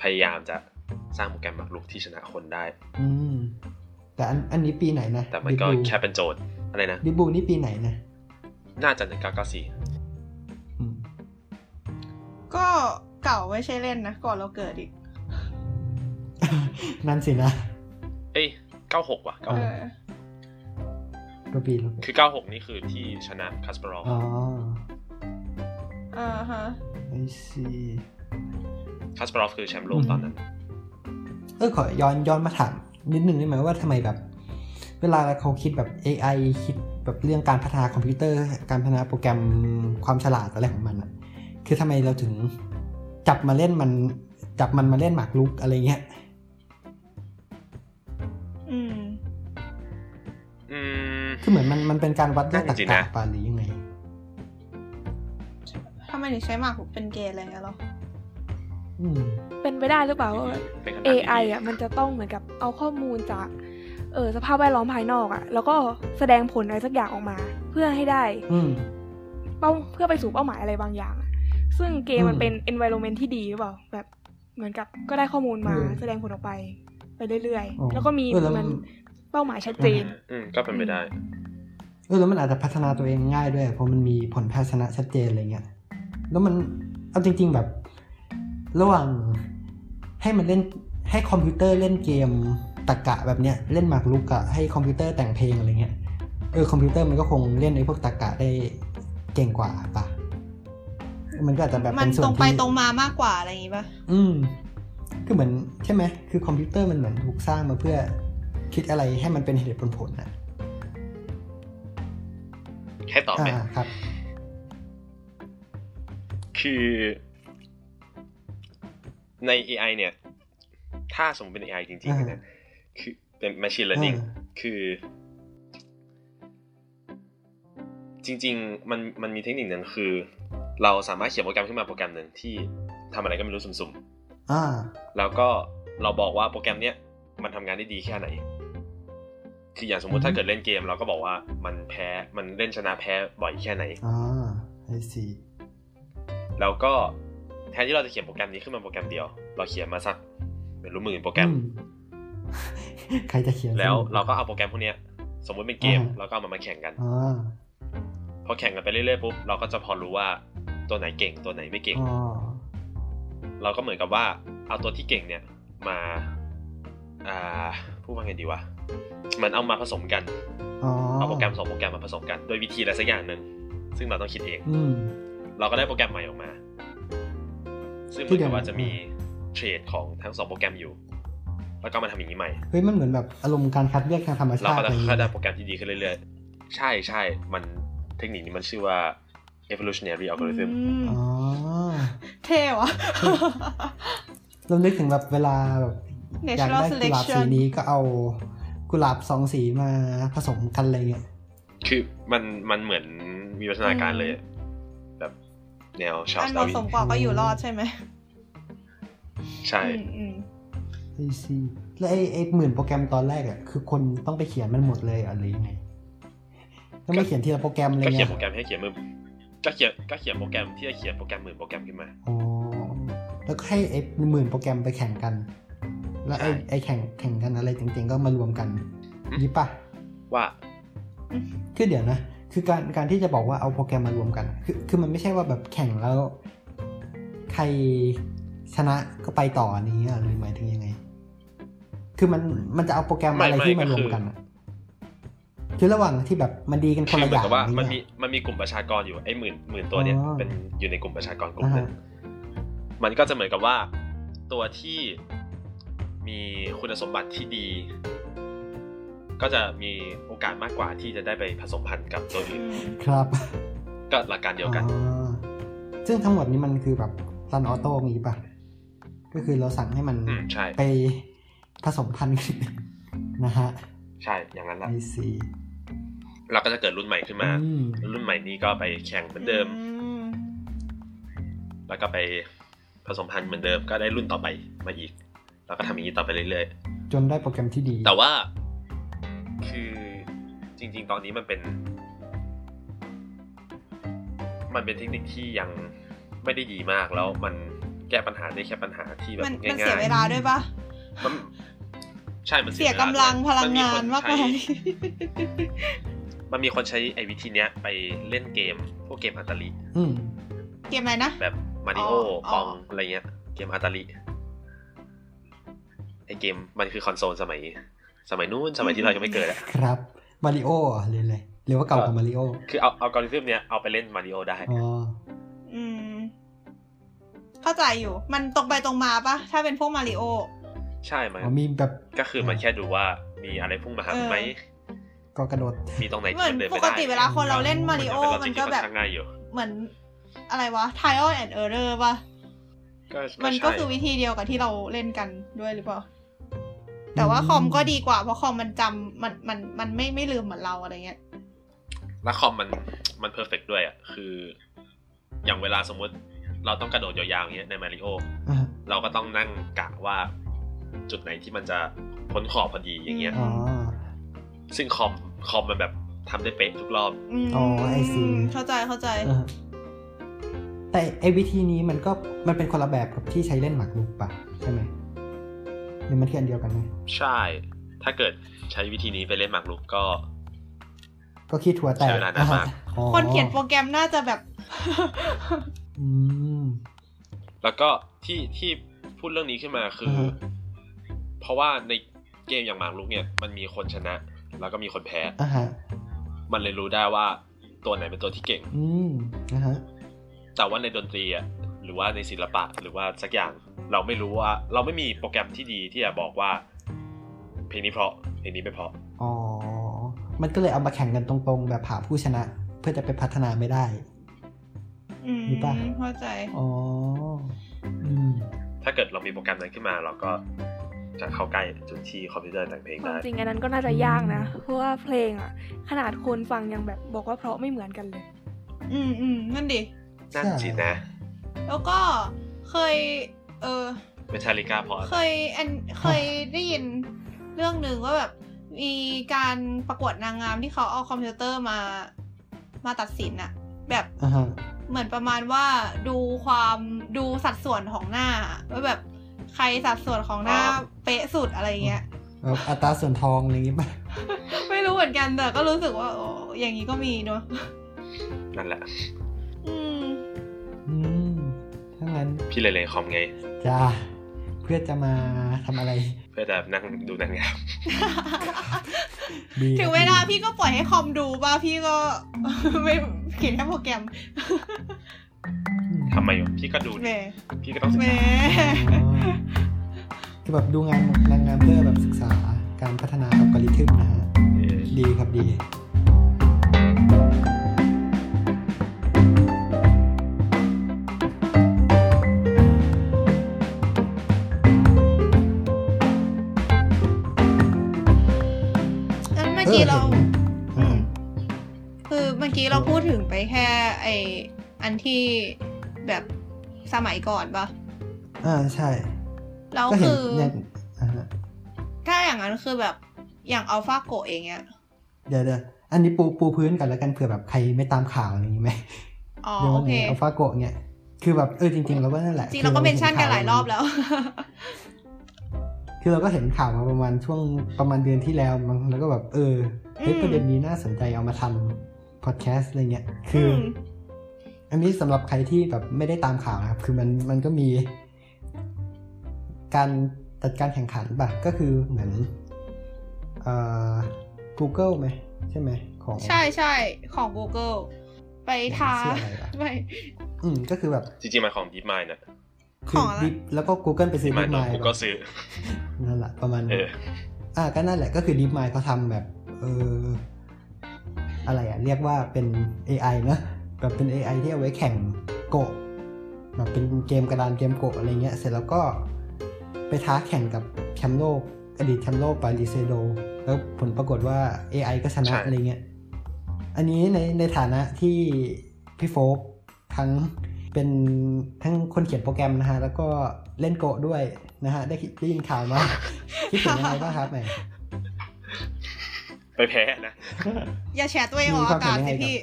Speaker 4: พยายามจะสร้างโปรแกรมหมากรุกที่ชนะคนได้
Speaker 2: อืม แต่อันอันนี้ปีไหนนะ
Speaker 4: แต่มันก็แค่เป็นโจทย์อะไรนะ
Speaker 2: ดิบูนี่ปีไหนนะ
Speaker 4: น่าจะ 1994
Speaker 2: อืม
Speaker 1: ก็เก่าไม่ใช่เล่นนะก่อนเราเกิดอีก
Speaker 2: นั่นสินะ
Speaker 4: เอ้ย 96 ว่ะ
Speaker 1: เออ
Speaker 2: ก็ปีแล้ว
Speaker 4: 96 คือ 96 นี่คือที่ชนะคาสเปอรอฟ
Speaker 2: อ๋อ
Speaker 1: เออฮะ
Speaker 2: ไอซี
Speaker 4: คาสเปอรอฟคือแชมป์โลกตอนนั้น
Speaker 2: เออขอย้อนย้อนมาถามนิดนึงได้ไหมว่าทำไมแบบ เวลาเขาคิดแบบ AI คิดแบบเรื่องการพัฒนาคอมพิวเตอร์ การพัฒนาโปรแกรมความฉลาดอะไรของมันอะคือทำไมเราถึง จับมาเล่นมัน จับมันมาเล่นหมากรุกอะไรเงี้ย
Speaker 1: อืม
Speaker 4: อืม
Speaker 2: คือเหมือนมันมันเป็นการวัดด้วยตรร
Speaker 4: จริง
Speaker 2: กะ
Speaker 4: นะ
Speaker 2: ป่ะหรือยังไง
Speaker 1: ทำไมถึงใช้หมากรุกเป็นเกย์อะไรอย่างเงี้ยหรอ
Speaker 2: อืม
Speaker 3: เป็นไปได้หรือเปล่าว่า
Speaker 4: เป็นคำถามที่ดี
Speaker 3: AI อ่ะมันจะต้องเหมือนกับเอาข้อมูลจากเออสภาพแวดล้อมภายนอกอ่ะ แล้วก็แสดงผลอะไรสักอย่างออกมา เพื่อให้ได้
Speaker 2: อืม
Speaker 3: เป้าเพื่อไปสู่เป้าหมายอะไรบางอย่างอะซึ่งเกมมั
Speaker 2: อื
Speaker 3: น
Speaker 2: ม
Speaker 3: เป็น environment ที่ดีหรือเปล่าแบบเหมือนกับก็ได้ข้อมูลมา
Speaker 2: อืม
Speaker 3: แสดงผลออกไป ไปเรื่อย
Speaker 2: อ๋อ
Speaker 3: ๆ แล้วก็มี
Speaker 2: เออแล้วมั
Speaker 3: มัน นเป้าหมายชัดเจน
Speaker 4: อืมก็เป็นไปได้
Speaker 2: เออแล้วมันอาจจะพัฒนาตัวเองง่ายด้วย เพราะมันมีผลแพ้ชนะชัดเจนอะไรเงี้ยแล้วมันเอาจริง ๆแบบ ระหว่างให้มันเล่นให้คอมพิวเตอร์เล่นเกมตะกะแบบเนี้ยเล่นหมากรุกอะให้คอมพิวเตอร์แต่งเพลงอะไรเงี้ยเออคอมพิวเตอร์มันก็คงเล่นไอ้พวกตะกะได้เก่งกว่าปะมันก็อาจจะแบบ
Speaker 1: มัน
Speaker 2: เป็นส่วน
Speaker 1: ตรงไป
Speaker 2: ที่
Speaker 1: ตรงมามากกว่าอะไรอย่างงี้ปะ
Speaker 2: อืมคือเหมือนใช่ไหม คือคอมพิวเตอร์มันเหมือนถูกสร้างมาเพื่อคิดอะไรให้มันเป็นเหตุผลผลนะ
Speaker 4: ให้ตอบไหม
Speaker 2: อ่าครับ
Speaker 4: คือใน AI เนี่ย ถ้าสมมติเป็น AI จริงๆ
Speaker 2: อ่า
Speaker 4: เนี่ยคือเป็น machine learning คือ จริง ๆ มันมันมีเทคนิคหนึ่งคือ เราสามารถเขียนโปรแกรมขึ้นมาโปรแกรมหนึ่งที่ทำอะไรก็ไม่รู้สุ่ม
Speaker 2: อ่า
Speaker 4: ๆ แล้วก็เราบอกว่าโปรแกรมเนี้ยมันทำงานได้ดีแค่ไหน คืออย่างสมมติ
Speaker 2: อืม
Speaker 4: ถ้าเกิดเล่นเกม เราก็บอกว่ามันแพ้มันเล่นชนะแพ้บ่อยแค่ไหน
Speaker 2: อ่าไอซี
Speaker 4: แล้วก็แทนที่เราจะเขียนโปรแกรมนี้ขึ้นมาโปรแกรมเดียว เราเขียนมาสักเป็นรู้หมื่นโปรแกรม
Speaker 2: [LAUGHS] ใครจะเขียน
Speaker 4: แล้วเราก็เอาโปรแกรมพวกเนี้ยสมมติเป็นเกม
Speaker 2: อ่า
Speaker 4: เราก็เอามันมาแข่งกัน
Speaker 2: อ่า
Speaker 4: พอแข่งกันไปเรื่อยๆปุ๊บเราก็จะพอรู้ว่าตัวไหนเก่งตัวไหนไม่เก่ง
Speaker 2: อ๋อ
Speaker 4: เราก็เหมือนกับว่าเอาตัวที่เก่งเนี่ยมาอ่าพูดว่าไงดีวะมันเอามาผสมกัน
Speaker 2: อ๋อ
Speaker 4: เอาโปรแกรมสองโปรแกรมมาผสมกันโดยวิธีอะไรสักอย่างหนึ่งซึ่งเราต้องคิดเอง
Speaker 2: อืม
Speaker 4: เราก็ได้โปรแกรมใหม่ออกมา ซึ่งเหมือนกับว่าจะมีเทรดของทั้งสองโปรแกรมอยู่ แล้วก็มาทำอย่างนี้ใหม่
Speaker 2: เฮ้ยมันเหมือนแบบอารมณ์การคัดเลือกทางธรรม
Speaker 4: เรา
Speaker 2: ชาติ
Speaker 4: ก็
Speaker 2: อะ
Speaker 4: จะ
Speaker 2: ไรอย่าง
Speaker 4: ค่อยได้
Speaker 2: เงี้ย
Speaker 4: โปรแกรมที่ดีขึ้นเรื่อยๆ ใช่ใช่มันเทคนิคนี้มันชื่อว่า evolutionary
Speaker 1: อื
Speaker 4: algorithm
Speaker 1: ม
Speaker 2: อ๋อ
Speaker 1: เท่หวะ
Speaker 2: เรานึกถึงแบบเวลาแบบ
Speaker 1: Natural
Speaker 2: [LAUGHS] อยากได้กุหลาบสี
Speaker 1: selection
Speaker 2: นี้ก็เอากุหลาบสองสีมาผสมกันอะไรเงี้ย
Speaker 4: คือมันมันเหมือนมีวัฒนาการเลย แบบแนวชา
Speaker 1: อัน
Speaker 4: ร์
Speaker 1: เห
Speaker 4: ดา
Speaker 1: มาะ
Speaker 4: วิน
Speaker 1: สมกว่าก็อยู่รอดใช่ไหม
Speaker 4: ใช่
Speaker 1: อืมอืม
Speaker 2: ไอซีแล้วไอไอหมื่นโปรแกรมตอนแรกอะคือคนต้องไปเขียนมันหมดเลยเหรอหรือยังไงต้องไปเขียนทีละโปรแกรมอะไร
Speaker 4: ก็เขีย
Speaker 2: เงี้
Speaker 4: น
Speaker 2: ย
Speaker 4: โปรแกรมให้เขียนมือก็เขียนก็เขียนโปรแกรมที่จะเขียนโปรแกรมหมื่นโปรแกรมขึ้นมา
Speaker 2: อ๋อแล้วก็ให้ไอหมื่นโปรแกรมไปแข่งกัน แล้วไอ
Speaker 4: ใช่
Speaker 2: ไอแข่งแข่งกันอะไรจริงๆก็มารวมกัน
Speaker 4: อืม
Speaker 2: ยี่ปะ
Speaker 4: ว่า
Speaker 2: คือเดี๋ยวนะ คือการการที่จะบอกว่าเอาโปรแกรมมารวมกันอะคือคือมันไม่ใช่ว่าแบบแข่งแล้ว ใครชนะก็ไปต่ออันนี้อะหรือหมายถึงยังไง คือมันมันจะเอาโปรแกรมอะไรที่มารวมกันอะคือระหว่างที่แบบมันดีกันคน
Speaker 4: คือ
Speaker 2: ละอ
Speaker 4: เหมือน
Speaker 2: ย่าง
Speaker 4: กับว่ามัน
Speaker 2: เย
Speaker 4: มีมันมีกลุ่มประชากรอยู่ไอ้หมื่นหมื่นตัวเนี่ย
Speaker 2: อ๋อ
Speaker 4: เป็นอยู่ในกลุ่มประชากรกลุ่มหนึง
Speaker 2: อ่าฮ
Speaker 4: มันก็จะเหมือนกับว่าตัวที่มีคุณสมบัติที่ดี ก็จะมีโอกาสมากกว่าที่จะได้ไปผสมพันธุ์กับตัวอื่น
Speaker 2: ครับ
Speaker 4: ก็หลักการเดียวกัน
Speaker 2: อ๋อซึ่งทั้งหมดนี้มันคือแบบรันออโต้งี้ป่ะ ก็คือเราสั่งให้มัน
Speaker 4: อืมใช่
Speaker 2: ไปผสมพันธุ์กัน [LAUGHS] นะฮะ
Speaker 4: ใช่อย่างนั้นแหละ
Speaker 2: ไอซี
Speaker 4: เราก็จะเกิดรุ่นใหม่ขึ้นมา
Speaker 2: อืม
Speaker 4: รุ่นใหม่นี้ก็ไปแข่งเหมือนเดิม
Speaker 1: อืม
Speaker 4: แล้วก็ไปผสมพันธุ์เหมือนเดิม ก็ได้รุ่นต่อไปมาอีก แล้วก็ทำอย่างนี้ต่อไปเรื่อยๆ
Speaker 2: จนได้โปรแกรมที่ดี
Speaker 4: แต่ว่าคือจริง ๆ ตอนนี้มันเป็น มันเป็นเทคนิคที่ยังไม่ได้ดีมากแล้วมันแก้ปัญหาได้แค่ปัญหาที่แบบ
Speaker 1: มันมัน
Speaker 4: ง่ายๆ
Speaker 1: เสียเวลาด้วยปะ
Speaker 4: มันใช่มัน
Speaker 1: เสีย
Speaker 4: เวาด้
Speaker 1: กำ
Speaker 4: ว
Speaker 1: ลังพลังงาน
Speaker 4: มั
Speaker 1: มากไป
Speaker 4: คใช้มันมีคนใช้ไอ้วิธีเนี้ยไปเล่นเกม พวกเกมอัตาลี
Speaker 2: อืม
Speaker 1: เกมอะไรนะ
Speaker 4: แบบมาริโอ
Speaker 1: อ๋อ
Speaker 4: ปอง
Speaker 1: อ๋ออ
Speaker 4: อะไรเงี้ย เกมอัตาลีไอเกมมันคือคอนโซลสมัย สมัยนู้นสมัยที่เรายังไม่เกิดอะ
Speaker 2: ครับมาริโอหรืออะไรหรือว่าเก่ากว่ามาริโอ
Speaker 4: คือเอาเอากริทึมเนี้ยเอาไปเล่นมาริโอได้
Speaker 2: อ๋อ
Speaker 1: อืม เข้าใจอยู่ มันตรงไปตรงมาปะถ้าเป็นพวกมาริโอ
Speaker 4: ใช่ไหม
Speaker 2: อ๋อมีแบบ
Speaker 4: ก็คือมันแค่ดูว่ามีอะไรพุ่งมาหามันไหม
Speaker 1: เอ
Speaker 2: ก็กระโดด
Speaker 4: มีตรงไหน
Speaker 1: เหมือ
Speaker 4: ที่
Speaker 1: น
Speaker 4: มันเดิน
Speaker 1: ป
Speaker 4: ไม่
Speaker 1: ก
Speaker 4: ได้
Speaker 1: ติเวลาคนเราเล่นมาริโอ
Speaker 4: เป็ลอจิ
Speaker 1: มัน
Speaker 4: ก
Speaker 1: ก็
Speaker 4: ที่
Speaker 1: แบบ
Speaker 4: ค่อข้างง่ายอยู่
Speaker 1: เหมือน อะไรวะ trial and error ปะ
Speaker 4: ก็
Speaker 1: มัน
Speaker 4: ใช่
Speaker 1: ก็คือวิธีเดียวกับที่เราเล่นกันด้วยหรือเปล่า แต่ว่าคอมก็ดีกว่าเพราะคอมมันจำมันมันมันไม่ไม่ลืมเหมือนเราอะไรเงี้ย
Speaker 4: แล้วคอมมันมันเพอร์เฟกด้วยอ่ะคือ อย่างเวลาสมมุติเราต้องกระโดดยาวๆอย่างเงี้ยในมาริโอ
Speaker 2: อ่าฮะ
Speaker 4: เราก็ต้องนั่งกะว่าจุดไหนที่มันจะพ้นขอบพอดีอย่างเงี้
Speaker 1: ม
Speaker 4: ย
Speaker 2: อ๋อ
Speaker 4: ซึ่งคอมคอมมันแบบทำได้เป๊ะทุกรอบ
Speaker 1: ม
Speaker 2: อ๋อ I see
Speaker 1: เข้าใจเข้าใจ
Speaker 2: อ่าฮะแต่ไอ้วิธีนี้มันก็มันเป็นคนละแบบกับที่ใช้เล่นหมากรุกปะใช่ไหมหรือมันคืออันเดียวกันไหม
Speaker 4: ใช่ ถ้าเกิดใช้วิธีนี้ไปเล่นหมากรุกก็
Speaker 2: ก็ขี้ถั่วแตก
Speaker 4: ใช้เวลานานมาก
Speaker 2: อ๋อ
Speaker 1: คนเขียนโปรแกรมน่าจะแบบ
Speaker 2: อืม
Speaker 4: แล้วก็ที่ที่พูดเรื่องนี้ขึ้นมาคือ
Speaker 2: อฮึ
Speaker 4: เพราะว่าในเกมอย่างหมากรุกเนี่ยมันมีคนชนะ แล้วก็มีคนแพ้
Speaker 2: อ่าฮะ
Speaker 4: มันเลยรู้ได้ว่าตัวไหนเป็นตัวที่เก่ง
Speaker 2: อืมนะฮะ
Speaker 4: แต่ว่าในดนตรีอ่ะหรือว่าในศิลปะหรือว่าสักอย่างเราไม่รู้ว่า เราไม่มีโปรแกรมที่ดีที่จะบอกว่า เพลงนี้เพราะเพลงนี้ไม่เพราะ
Speaker 2: อ๋อ มันก็เลยเอามาแข่งกันตรงๆ แบบผ่าผู้ชนะ เพื่อจะไปพัฒนาไม่ได้
Speaker 1: อืม
Speaker 2: มีปะ
Speaker 1: เข้าใจ
Speaker 2: อ๋อ อืม
Speaker 4: ถ้าเกิดเรามีโปรแกรมนั้นขึ้นมาเราก็จะเข้าใกล้จุดที่คอมพิวเตอร์แต่งเพลง
Speaker 3: ความ
Speaker 4: ได้
Speaker 3: จริงอันนั้นก็น่าจะยากนะ เพราะว่าเพลงอ่ะ ขนาดคนฟังยังแบบบอกว่าเพราะไม่เหมือนกันเลย
Speaker 1: อืมอืมนั่นดิ
Speaker 4: นั่นสินะ
Speaker 1: แล้วก็เคย เออ
Speaker 4: เมทัลลิก้าเพราะอะไร
Speaker 1: เคยอันเคยได้ยินเรื่องหนึ่งว่าแบบ มีการประกวดนางงามที่เขาเอาคอมพิวเตอร์มา มาตัดสินอะแบบ
Speaker 2: อ่าฮะ
Speaker 1: เหมือนประมาณว่าดูความดูสัดส่วนของหน้าว่าแบบใครสัดส่วนของหน้าเป๊ะสุดอะไรเงี้ย
Speaker 2: แบบอัตราส่วนทองอะไรอย่างงี้ป่ะ
Speaker 1: ไม่รู้เหมือนกันแต่ก็รู้สึกว่าโอ้อย่างนี้ก็มีเนาะ
Speaker 4: นั่นแหละ
Speaker 1: อืม
Speaker 2: อืม ถ้างั้น
Speaker 4: พี่เลยเลยคอมไง
Speaker 2: จ้าเพื่อจะมาทำอะไร
Speaker 4: เพื่อจะนั่งดูนางงาม
Speaker 2: ดี
Speaker 1: ถึงเวลาพี่ก็ปล่อยให้คอมดูป่ะพี่ก็ [LAUGHS] ไม่เขียนแค่โปรแกรม
Speaker 2: อืม
Speaker 4: ทำไมวะพี่ก็ดู
Speaker 1: แหม
Speaker 4: ดิพี่ก็ต้องศึ
Speaker 1: แห
Speaker 4: ก
Speaker 1: ม
Speaker 4: ษา
Speaker 2: อ๋อคือแบบดูงานนางงามเพื่อแบบศึกษาการพัฒนาอัลกอริทึมนะฮะ
Speaker 4: เออ
Speaker 2: ดีครับดี
Speaker 1: งั้นเมื่อกี้เรา
Speaker 2: เออ
Speaker 1: คือเมื่อกี้เราพูดถึงไปแค่ไออันที่แบบสมัยก่อนปะ
Speaker 2: อ่าใช่
Speaker 1: แล้ว
Speaker 2: ก็เห็น
Speaker 1: คือ
Speaker 2: อย่างอ่าฮะ
Speaker 1: ถ้าอย่างนั้นคือแบบอย่างอัลฟาโกะเองเนี่ย
Speaker 2: เดี๋ยวเดี๋ยวอันนี้ปูปูพื้นกันแล้วกันเผื่อแบบใครไม่ตามข่าวอะไรอย่างนี้ไหม
Speaker 1: อ๋อ
Speaker 2: เดี๋ยว
Speaker 1: โอ
Speaker 2: วัน
Speaker 1: เค
Speaker 2: นี้อัลฟาโกะเนี่ย คือแบบเออจริงๆเราก็นั่นแหละ
Speaker 1: จริงเราก็เมนชั่นกันหลายรอบแล้ว
Speaker 2: คือเราก็เห็นข่าวมาประมาณช่วงประมาณเดือนที่แล้วมั้งแล้วก็แบบเออเฮ้ย
Speaker 1: อืม
Speaker 2: ประเด็นนี้น่าสนใจเอามาทำพอดแคสต์อะไรเงี้ยคืออ
Speaker 1: ม
Speaker 2: อันนี้สำหรับใครที่แบบไม่ได้ตามข่าวนะครับ คือมันมันก็มี การจัดการแข่งขันป่ะก็คือเหมือนเอ่อ Google ไหมใช่ไหมของ
Speaker 1: [LAUGHS] ใช่ใช่ของ Google ไปท้า
Speaker 2: ชื่ออะไรวะ
Speaker 1: ไม่
Speaker 2: อืมก็คือแบบ
Speaker 4: จริงๆมันของดีมายนะ
Speaker 2: คื
Speaker 1: ข
Speaker 2: อ
Speaker 1: องอะไร
Speaker 2: ดิฟแล้วก็ Google ไปซื้
Speaker 4: ดี
Speaker 2: อ
Speaker 4: มา
Speaker 2: ดิ
Speaker 4: ย
Speaker 2: ฟ
Speaker 4: น
Speaker 2: ไม
Speaker 4: อะ
Speaker 2: ล์
Speaker 4: กูก็ซื้อ
Speaker 2: นั่นแหละประมาณ
Speaker 4: เอ
Speaker 2: นั้น
Speaker 4: อ
Speaker 2: อ่าก็นั่นแหละก็คือดิฟไมล์เขาทำแบบ เอออะไรอ่ะ เรียกว่าเป็น AI นะแบบเป็น AI ที่เอาไว้แข่งโกะแบบเป็นเกมกระดานเกมโกะอะไรเงี้ย เสร็จแล้วก็ไปท้าแข่งกับแชมป์โลก อดีตแชมป์โลกปาริเซโด แล้วผลปรากฏว่า AI ก็ชนะ
Speaker 4: ใช่
Speaker 2: อะไรเงี้ย อันนี้ในในฐานะที่พี่โฟกทั้งเป็นทั้งคนเขียนโปรแกรมนะฮะ แล้วก็เล่นโกะด้วยนะฮะ ได้คิดได้ยิน
Speaker 4: [LAUGHS]
Speaker 2: ข่าวมา คิดถึงยังไงบ้างครับแหม
Speaker 4: ไปแพ้นะ
Speaker 1: อย่าแชร์ตัวเองออกอากาศสิพี่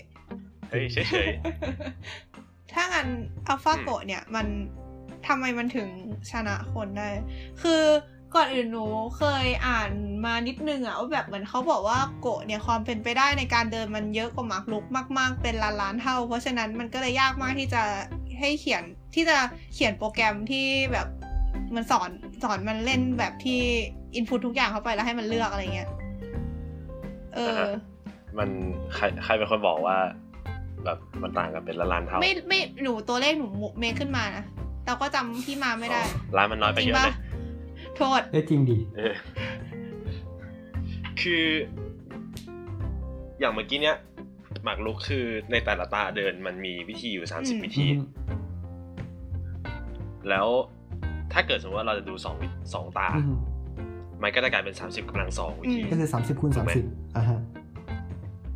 Speaker 4: เฮ้ยเฉย
Speaker 1: [LAUGHS] ถ้างั้นอัลฟาโกะเนี่ยมันทำไมมันถึงชนะคนได้ คือก่อนอื่นหนูเคยอ่านมานิดนึงอะว่าแบบเหมือนเขาบอกว่าโกะเนี่ยความเป็นไปได้ในการเดินมันเยอะกว่าหมากรุกมากๆ เป็นล้านล้านๆเท่า เพราะฉะนั้นมันก็เลยยากมากที่จะให้เขียนที่จะเขียนโปรแกรมที่แบบมันสอนสอนมันเล่นแบบที่อินพุตทุกอย่างเข้าไปแล้วให้มันเลือกอะไรเงี้ย เออ
Speaker 4: อ่าฮะ ๆมันใครใครเป็นคนบอกว่า แบบมันต่างกันเป็นละล้านเท่า
Speaker 1: ไม่ไม่หนูตัวเลขหนูเมคขึ้นมานะเราก็จำที่มาไม่ได้
Speaker 4: ล้านมันน้อยไป
Speaker 1: จริ
Speaker 4: เย
Speaker 1: งปะ
Speaker 4: อะเลย
Speaker 1: โทษ
Speaker 2: ได้จริงดี
Speaker 4: เออคือ อย่างเมื่อกี้เนี้ยหมากรุกคือในแต่ละตาเดินมันมีวิธีอยู่สามสิบ
Speaker 1: อืม
Speaker 4: วิธี แล้วถ้าเกิดสมมติว่าเราจะดูสองวิสองตา
Speaker 2: อืม
Speaker 4: มันก็จะกลายเป็น 30กำลังสองวิธี
Speaker 2: ก็คือสามสิบคูณ
Speaker 4: ถู
Speaker 2: สาก ม
Speaker 4: ไหม
Speaker 2: สิบอ่าฮะ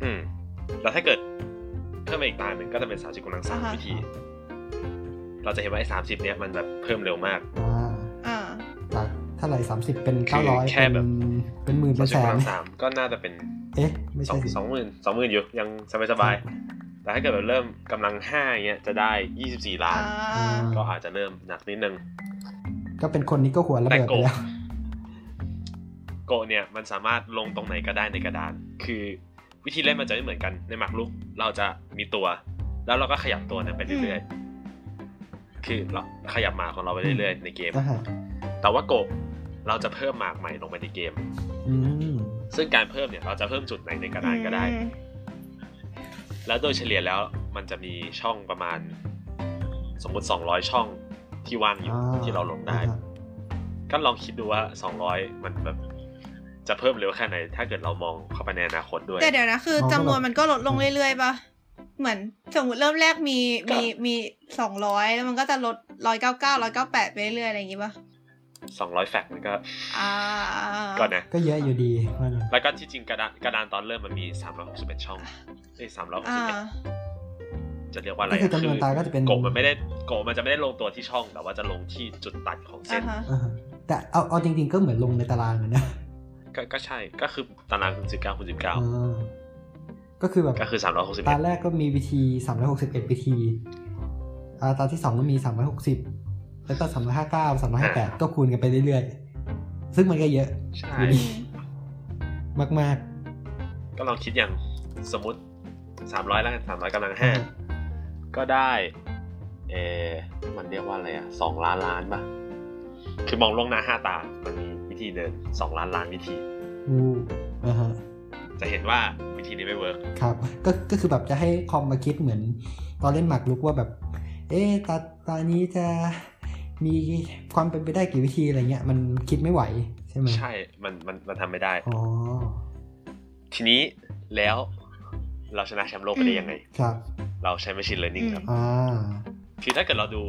Speaker 4: อืมแล้วถ้าเกิดเพิ่มไปอีกตาหนึ่งก็จะเป็น 30กำลังสาม
Speaker 1: อ่าฮะ
Speaker 4: วิธี เราจะเห็นว่าไอ้สามสิบเนี้ยมันแบบเพิ่มเร็วมาก
Speaker 2: อ่า
Speaker 1: อ่า
Speaker 2: จากเท่าไหร่สามสิบเป็น
Speaker 4: คื
Speaker 2: เก้า
Speaker 4: อ
Speaker 2: ร้อย
Speaker 4: แค่แบบ
Speaker 2: เป็นหมื่นเป็นแส
Speaker 4: 30
Speaker 2: น
Speaker 4: กำลังสามก็น่าจะเป็น
Speaker 2: เอ๊ะ ไม่
Speaker 4: สอ
Speaker 2: ใช่
Speaker 4: ง
Speaker 2: สิ
Speaker 4: สองหมื่นสองหมื่นอยู่ยังสบายสบายๆแต่ถ้าเกิดแบบเริ่มกำลังห้าเงี้ยจะได้ 24 ล้า
Speaker 1: อ่า
Speaker 4: น ก็
Speaker 2: ก็
Speaker 4: อาจจะเริ่มหนักนิดนึง
Speaker 2: ก็เป็นคนนี้ก็หัวระเบิดไป
Speaker 4: แต่โกะ
Speaker 2: แล้ว
Speaker 4: โกะเนี่ยมันสามารถลงตรงไหนก็ได้ในกระดาน คือวิธีเล่นมันจะไม่เหมือนกัน ในหมากรุกเราจะมีตัว แล้วเราก็ขยับตัวนั้นไปเรื่อยๆ คือเราขยับหมากของเราไปเรื่อยๆในเกม
Speaker 2: อ่าฮะ
Speaker 4: แต่ว่าโกะเราจะเพิ่มหมากใหม่ลงไปในเกม
Speaker 2: อืม
Speaker 4: ซึ่งการเพิ่มเนี่ยเราจะเพิ่มจุดไหนในกระดานก็ได้ แล้วโดยเฉลี่ยแล้วมันจะมีช่องประมาณ สมมติ 200 ช่องที่ว่างอยู่
Speaker 2: อ่
Speaker 4: ที่เราลงได้
Speaker 2: อ่าฮะ
Speaker 4: ก็ลองคิดดูว่า 200 มันแบบจะเพิ่มเร็วแค่ไหน ถ้าเกิดเรามองเข้าไปในอนาคตด้วย
Speaker 1: แต่เดี๋ยวนะคือจำนวนมันก็ลดลงเรื่อยๆป่ะ เหมือนสมมติเริ่มแรกมีมีมีสองร้อยแล้วมันก็จะลดร้อยเก้าเก้าร้อยเก้าแปดไปเรื่อยๆอะไรอย่างงี้ป่ะ
Speaker 4: 200 แฟกต์มันก็
Speaker 1: อ่า
Speaker 4: ก่อนนะ
Speaker 2: ก็เยอะอยู่ดีว่างั้น
Speaker 4: แล้วก็ที่จริงกระดานกระดานตอนเริ่มมันมี 361 ช่องเอ้ย
Speaker 1: อ่า
Speaker 4: 361จะเรียกว่าอะไร
Speaker 2: ก็
Speaker 4: อะ
Speaker 2: คือจำนวนตาก็จะเป็น
Speaker 4: โกะมันไม่ได้โกะมันจะไม่ได้ลงตัวที่ช่อง แต่ว่าจะลงที่จุดตัดของเส้
Speaker 1: อ่าน ฮะ
Speaker 2: อ่าฮะแต่เอาเอาจริง ๆ ก็เหมือนลงในตารางเลยนะ
Speaker 4: ก็ก็ใช่ ก็คือตารางคูณสิบเก้าคูณสิบเก้า
Speaker 2: อ่าก็คือแบบ
Speaker 4: ก็คือสามร้อยหกสิบ
Speaker 2: ตาแรกก็มีวิธี361วิธีอ่าตาที่สองก็มี 360 แล้วก็359 358 ก็คูณกันไปเรื่อยๆ ซึ่งมันก็เยอะ
Speaker 4: ใช่
Speaker 2: อยู่ดีมาก
Speaker 4: ก็ลองคิดอย่างสมมติสามร้อยแล้วกันสามร้อยกำลังห้าก็ได้ เออมันเรียกว่าอะไรอะสองล้านล้านป่ะ คือมองลวงหน้าห้าตา มันมีวิธีเดินสองล้านล้านวิธี
Speaker 2: ๆ อู้อ่าฮะ
Speaker 4: จะเห็นว่าวิธีนี้ไม่เวิร์ก
Speaker 2: ครับ ก็ ก็คือแบบจะให้คอมมาคิดเหมือน ตอนเล่นหมากรุกว่าแบบ เอ๊ะตาตานี้จะมีความเป็นไปได้กี่วิธีอะไรเงี้ย มันคิดไม่ไหวใช่ไหม
Speaker 4: ใช่ มันมันมันทำไม่ได้
Speaker 2: อ๋อ
Speaker 4: ทีนี้แล้วเราชนะแชมป์โลกไปได้ยังไง
Speaker 2: ครับ
Speaker 4: เราใช้ machine learning ครับ
Speaker 2: อ่า
Speaker 4: คือถ้าเกิดเราดู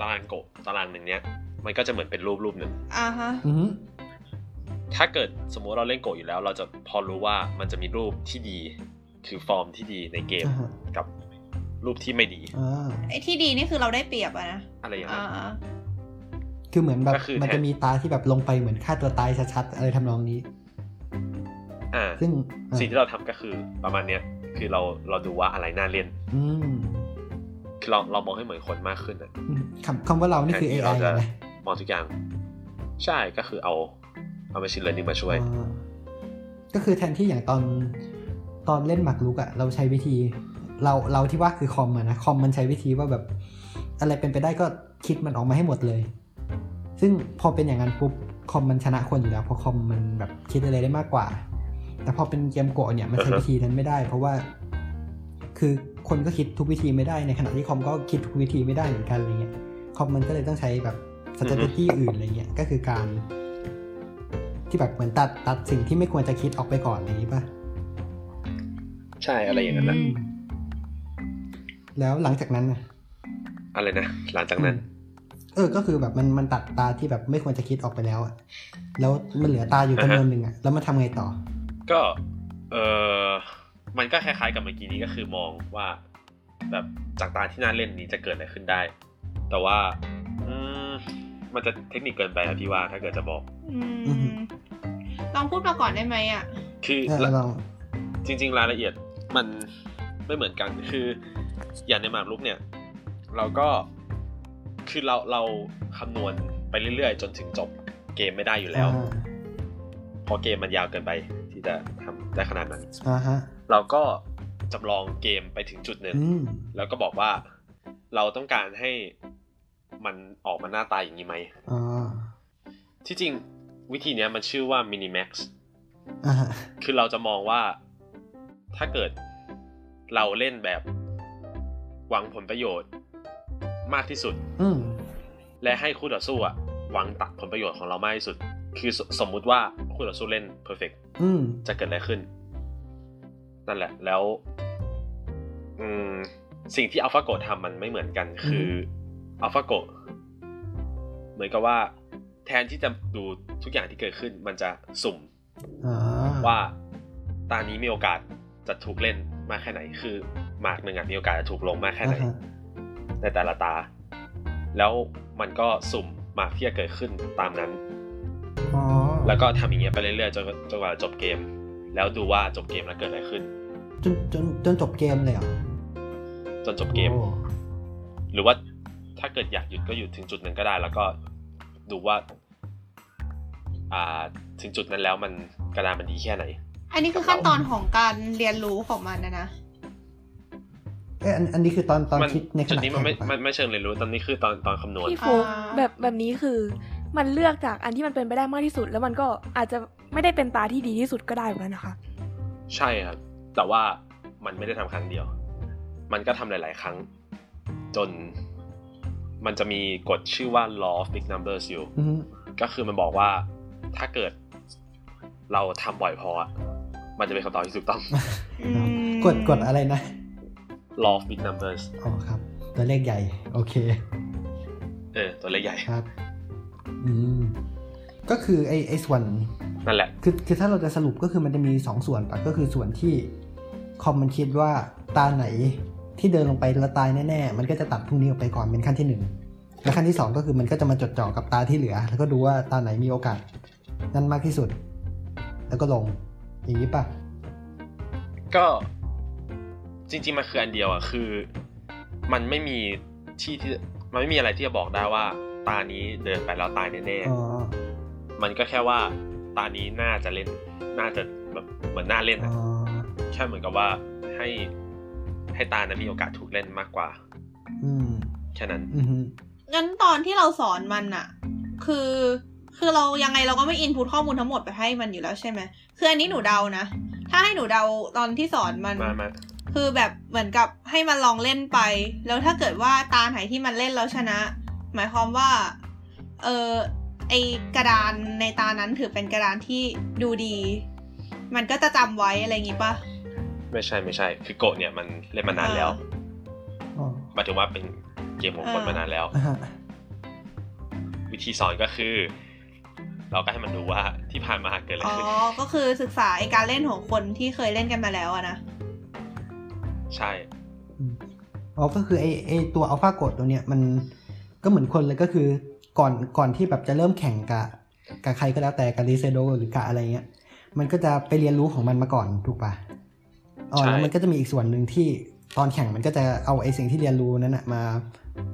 Speaker 4: ตารางโกะตารางหนึ่งเนี้ย มันก็จะเหมือนเป็นรูปรูปหนึ่ง
Speaker 1: อ่าฮะ
Speaker 2: อือฮึ
Speaker 4: ถ้าเกิดสมมุติเราเล่นโกะอยู่แล้ว เราจะพอรู้ว่ามันจะมีรูปที่ดี คือฟอร์มที่ดีในเกม
Speaker 2: อ่าฮะ
Speaker 4: กับรูปที่ไม่ดี
Speaker 2: อ่า
Speaker 1: ไอ้ที่ดีนี่คือเราได้เปรียบอะนะ
Speaker 4: อะไรอย่าง
Speaker 1: อ่า
Speaker 4: นั้น
Speaker 1: อ่า
Speaker 2: คือเหมือนแบบ
Speaker 4: ก็คือ
Speaker 2: มัน
Speaker 4: แทน
Speaker 2: จะมีตาที่แบบลงไปเหมือนฆ่าตัวตายชัดๆอะไรทำนองนี้
Speaker 4: อ่า
Speaker 2: ซึ่งอ่ะ
Speaker 4: สิ่งที่เราทำก็คือประมาณเนี้ยคือเราเราดูว่าอะไรน่าเล่น
Speaker 2: อืม
Speaker 4: คือเราเรามองให้เหมือนคนมากขึ้นอะ
Speaker 2: อืมคำคำว่าเรานี่คือ
Speaker 4: แท
Speaker 2: AI
Speaker 4: ที่เราจะ
Speaker 2: นะ
Speaker 4: มองทุกอย่าง ใช่ก็คือเอาเอา machine learning มาช่วย
Speaker 2: อ่าก็คือแทนที่อย่างตอนตอนเล่นหมากรุกอะเราใช้วิธี เราเราที่ว่าคือคอมอะนะคอมมันใช้วิธีว่าแบบ อะไรเป็นไปได้ก็คิดมันออกมาให้หมดเลย ซึ่งพอเป็นอย่างนั้นปุ๊บคอมมันชนะคนอยู่แล้วเพราะคอมมันแบบคิดอะไรได้มากกว่า แต่พอเป็นเกมโกะเนี่ยมันใช้
Speaker 4: อ่าฮะ
Speaker 2: วิธีนั้นไม่ได้ เพราะว่า คือคนก็คิดทุกวิธีไม่ได้ในขณะที่คอมก็คิดทุกวิธีไม่ได้เหมือนกันอะไรเงี้ย คอมมันก็เลยต้องใช้แบบ strategy อื่นอะไรเงี้ย ก็คือการ ที่แบบเหมือนตัดตัดสิ่งที่ไม่ควรจะคิดออกไปก่อนอะไรอย่างนี้ป่ะ
Speaker 4: ใช่อะไรอย่างนั้นนะ
Speaker 1: ม
Speaker 2: แล้วหลังจากนั้นน่ะ
Speaker 4: อะไรนะหลังจากนั้น
Speaker 2: เออ ก็คือแบบมันมันตัดตาที่แบบไม่ควรจะคิดออกไปแล้วอะแล้วมันเหลือตาอยู่
Speaker 4: อ่าฮะ
Speaker 2: จำนวนหนึ่งอะแล้วมันทำไงต่อ
Speaker 4: ก็ เออมันก็คล้ายๆกับเมื่อกี้นี้ก็คือมองว่า แบบจากตาที่น่าเล่นนี้จะเกิดอะไรขึ้นได้ แต่ว่า อืมมันจะเทคนิคเกินไปนะพี่ว่าถ้าเกิดจะบอก
Speaker 1: อื
Speaker 2: อือฮึ
Speaker 1: มลองพูดมาก่อนได้ไหมอ่ะ
Speaker 4: คือ
Speaker 2: เออเรา
Speaker 4: จริง ๆ รายละเอียดมันไม่เหมือนกัน คือ อย่างในหมากรุกเนี่ย เราก็ คือเราเราคำนวณไปเรื่อยๆ จนถึงจบเกมไม่ได้อยู่แล้ว
Speaker 2: อ่า
Speaker 4: เพราะเกมมันยาวเกินไปที่จะทำได้ขนาดนั้น
Speaker 2: อ่าฮะ
Speaker 4: เราก็จำลองเกมไปถึงจุดหนึ่ง
Speaker 2: อืม
Speaker 4: แล้วก็บอกว่าเราต้องการให้มันออกมาหน้าตาอย่างนี้ไหม
Speaker 2: อ่า
Speaker 4: ที่จริงวิธีเนี้ยมันชื่อว่า minimax
Speaker 2: อ่าฮะ
Speaker 4: คือเราจะมองว่าถ้าเกิดเราเล่นแบบหวังผลประโยชน์มากที่สุด
Speaker 2: อืม
Speaker 4: และให้คู่ต่อสู้อะหวังตัดผลประโยชน์ของเรามากที่สุด คือสสมมุติว่าคู่ต่อสู้เล่น perfect
Speaker 2: อืม
Speaker 4: จะเกิดอะไรขึ้น นั่นแหละแล้ว อืม สิ่งที่อัลฟาโกทำมันไม่เหมือนกัน คืออัลฟาโก มือนกับว่า แทนที่จะดูทุกอย่างที่เกิดขึ้น มันจะสุ่ม
Speaker 2: อ่า
Speaker 4: ว่าตานี้มีโอกาสจะถูกเล่นมากแค่ไหน คือหมากหนึ่งอะมีโอกาสจะถูกลงมากแค่ไหน
Speaker 2: อ่าฮะ
Speaker 4: ในแต่ละตา แล้วมันก็สุ่มหมากที่จะเกิดขึ้นตามนั้น
Speaker 2: อ๋อ
Speaker 4: แล้วก็ทำอย่างเงี้ยไปเรื่อยๆจนจนกว่าจะจบเกม แล้วดูว่าจบเกมแล้วเกิดอะไรขึ้น
Speaker 2: จนจนจนจบเกมเลยเหรอ
Speaker 4: จนจบเกม
Speaker 2: โอ้
Speaker 4: หรือว่าถ้าเกิดอยากหยุดก็หยุดถึงจุดนั้นก็ได้ แล้วก็ดูว่า อ่าถึงจุดนั้นแล้วมันกระดานมันดีแค่ไหน
Speaker 1: อันนี้คือขั้นตอนของการเรียนรู้ของมันนะนะ
Speaker 2: เอยอันอันนี้คือตอนตอน
Speaker 4: มั
Speaker 2: คิดในข
Speaker 4: จุด
Speaker 2: ณะ
Speaker 4: นี้มันไม่
Speaker 2: แข่งปะ
Speaker 4: มันไม่เชิงเรียนรู้ตอนนี้คือตอนตอนคำนวณ
Speaker 3: พี่โฟก
Speaker 1: อ่า
Speaker 3: แบบแบบนี้คือ มันเลือกจากอันที่มันเป็นไปได้มากที่สุด แล้วมันก็อาจจะไม่ได้เป็นตาที่ดีที่สุดก็ได้เหมือนกันนะคะ
Speaker 4: ใช่ครับ แต่ว่ามันไม่ได้ทำครั้งเดียว มันก็ทำหลาย ๆ ครั้ง จนมันจะมีกฎชื่อว่า law of big numbers อยู่
Speaker 2: อืม
Speaker 4: ก็คือมันบอกว่าถ้าเกิดเราทำบ่อยพออะมันจะเป็นคำตอบที่ถูกต้อง [LAUGHS]
Speaker 1: อืม
Speaker 2: กดกดอะไรนะ
Speaker 4: law of big numbers
Speaker 2: อ๋อครับ ตัวเลขใหญ่ โอเค
Speaker 4: เออ ตัวเลขใหญ่
Speaker 2: ครับ อืม ก็คือไอไอส่วน
Speaker 4: นั่นแหละ
Speaker 2: คือคือถ้าเราจะสรุปก็คือมันจะมีสองส่วนปะก็คือส่วนที่คอมมันคิดว่าตาไหนที่เดินลงไปแล้วตายแน่ๆ มันก็จะตัดพรุ่งนี้ออกไปก่อนเป็นขั้นที่หนึ่งและขั้นที่สองก็คือมันก็จะมาจดจ่อกับตาที่เหลือ แล้วก็ดูว่าตาไหนมีโอกาส นั่นมากที่สุด แล้วก็ลง อย่างนี้ปะ
Speaker 4: ก็จริงๆ มันคืออันเดียวอ่ะ คือ มันไม่มีที่ที่มันไม่มีอะไรที่จะบอกได้ว่า ตานี้เดินไปแล้วตายแน่
Speaker 2: อ๋อ
Speaker 4: ๆ มันก็แค่ว่าตานี้น่าจะเล่น น่าจะแบบเหมือนน่าเล่น
Speaker 2: อ๋
Speaker 4: อ่ะ
Speaker 2: อ
Speaker 4: แค่เหมือนกับว่าให้ให้ตานั้นมีโอกาสถูกเล่นมากกว่า
Speaker 2: อืม
Speaker 4: แค่นั้น
Speaker 2: อืมฮึ
Speaker 1: งั้นตอนที่เราสอนมันอะคือ คือเรายังไงเราก็ไม่อินพุตข้อมูลทั้งหมดไปให้มันอยู่แล้วใช่ไหมคืออันนี้หนูเดานะ ถ้าให้หนูเดาตอนที่สอนมัน
Speaker 4: มามา
Speaker 1: คือแบบเหมือนกับให้มันลองเล่นไป แล้วถ้าเกิดว่าตาไหนที่มันเล่นแล้วชนะ หมายความว่า เออไอกระดานในตานั้นถือเป็นกระดานที่ดูดี มันก็จะจำไว้อะไรอย่างงี้ปะ
Speaker 4: ไม่ใช่ไม่ใช่ คือโกะเนี่ยมันเล่นมานานแล้ว
Speaker 2: อ๋อ
Speaker 4: หมายถึงว่าเป็นเกมของคน
Speaker 1: อ่าม
Speaker 4: มานานแล้ว
Speaker 2: อ่าฮะ
Speaker 4: วิธีสอนก็คือ เราก็ให้มันดูว่าที่ผ่านมาเกิดอะไร
Speaker 1: อ๋อ
Speaker 4: ขึ้น
Speaker 1: ก็คือศึกษาไอการเล่นของคนที่เคยเล่นกันมาแล้วอะนะ
Speaker 4: ใช่
Speaker 2: อืมอ๋อก็คือไอไอตัวอัลฟาโกดตัวเนี้ยมันก็เหมือนคนเลยก็คือก่อนก่อนที่แบบจะเริ่มแข่งกับกับใครก็แล้วแต่กับลิเซโดหรือกับอะไรเงี้ย มันก็จะไปเรียนรู้ของมันมาก่อนถูกปะอ๋อ
Speaker 4: ใช่
Speaker 2: แล้วมันก็จะมีอีกส่วนหนึ่งที่ตอนแข่งมันก็จะเอาไอสิ่งที่เรียนรู้นั้นนะมา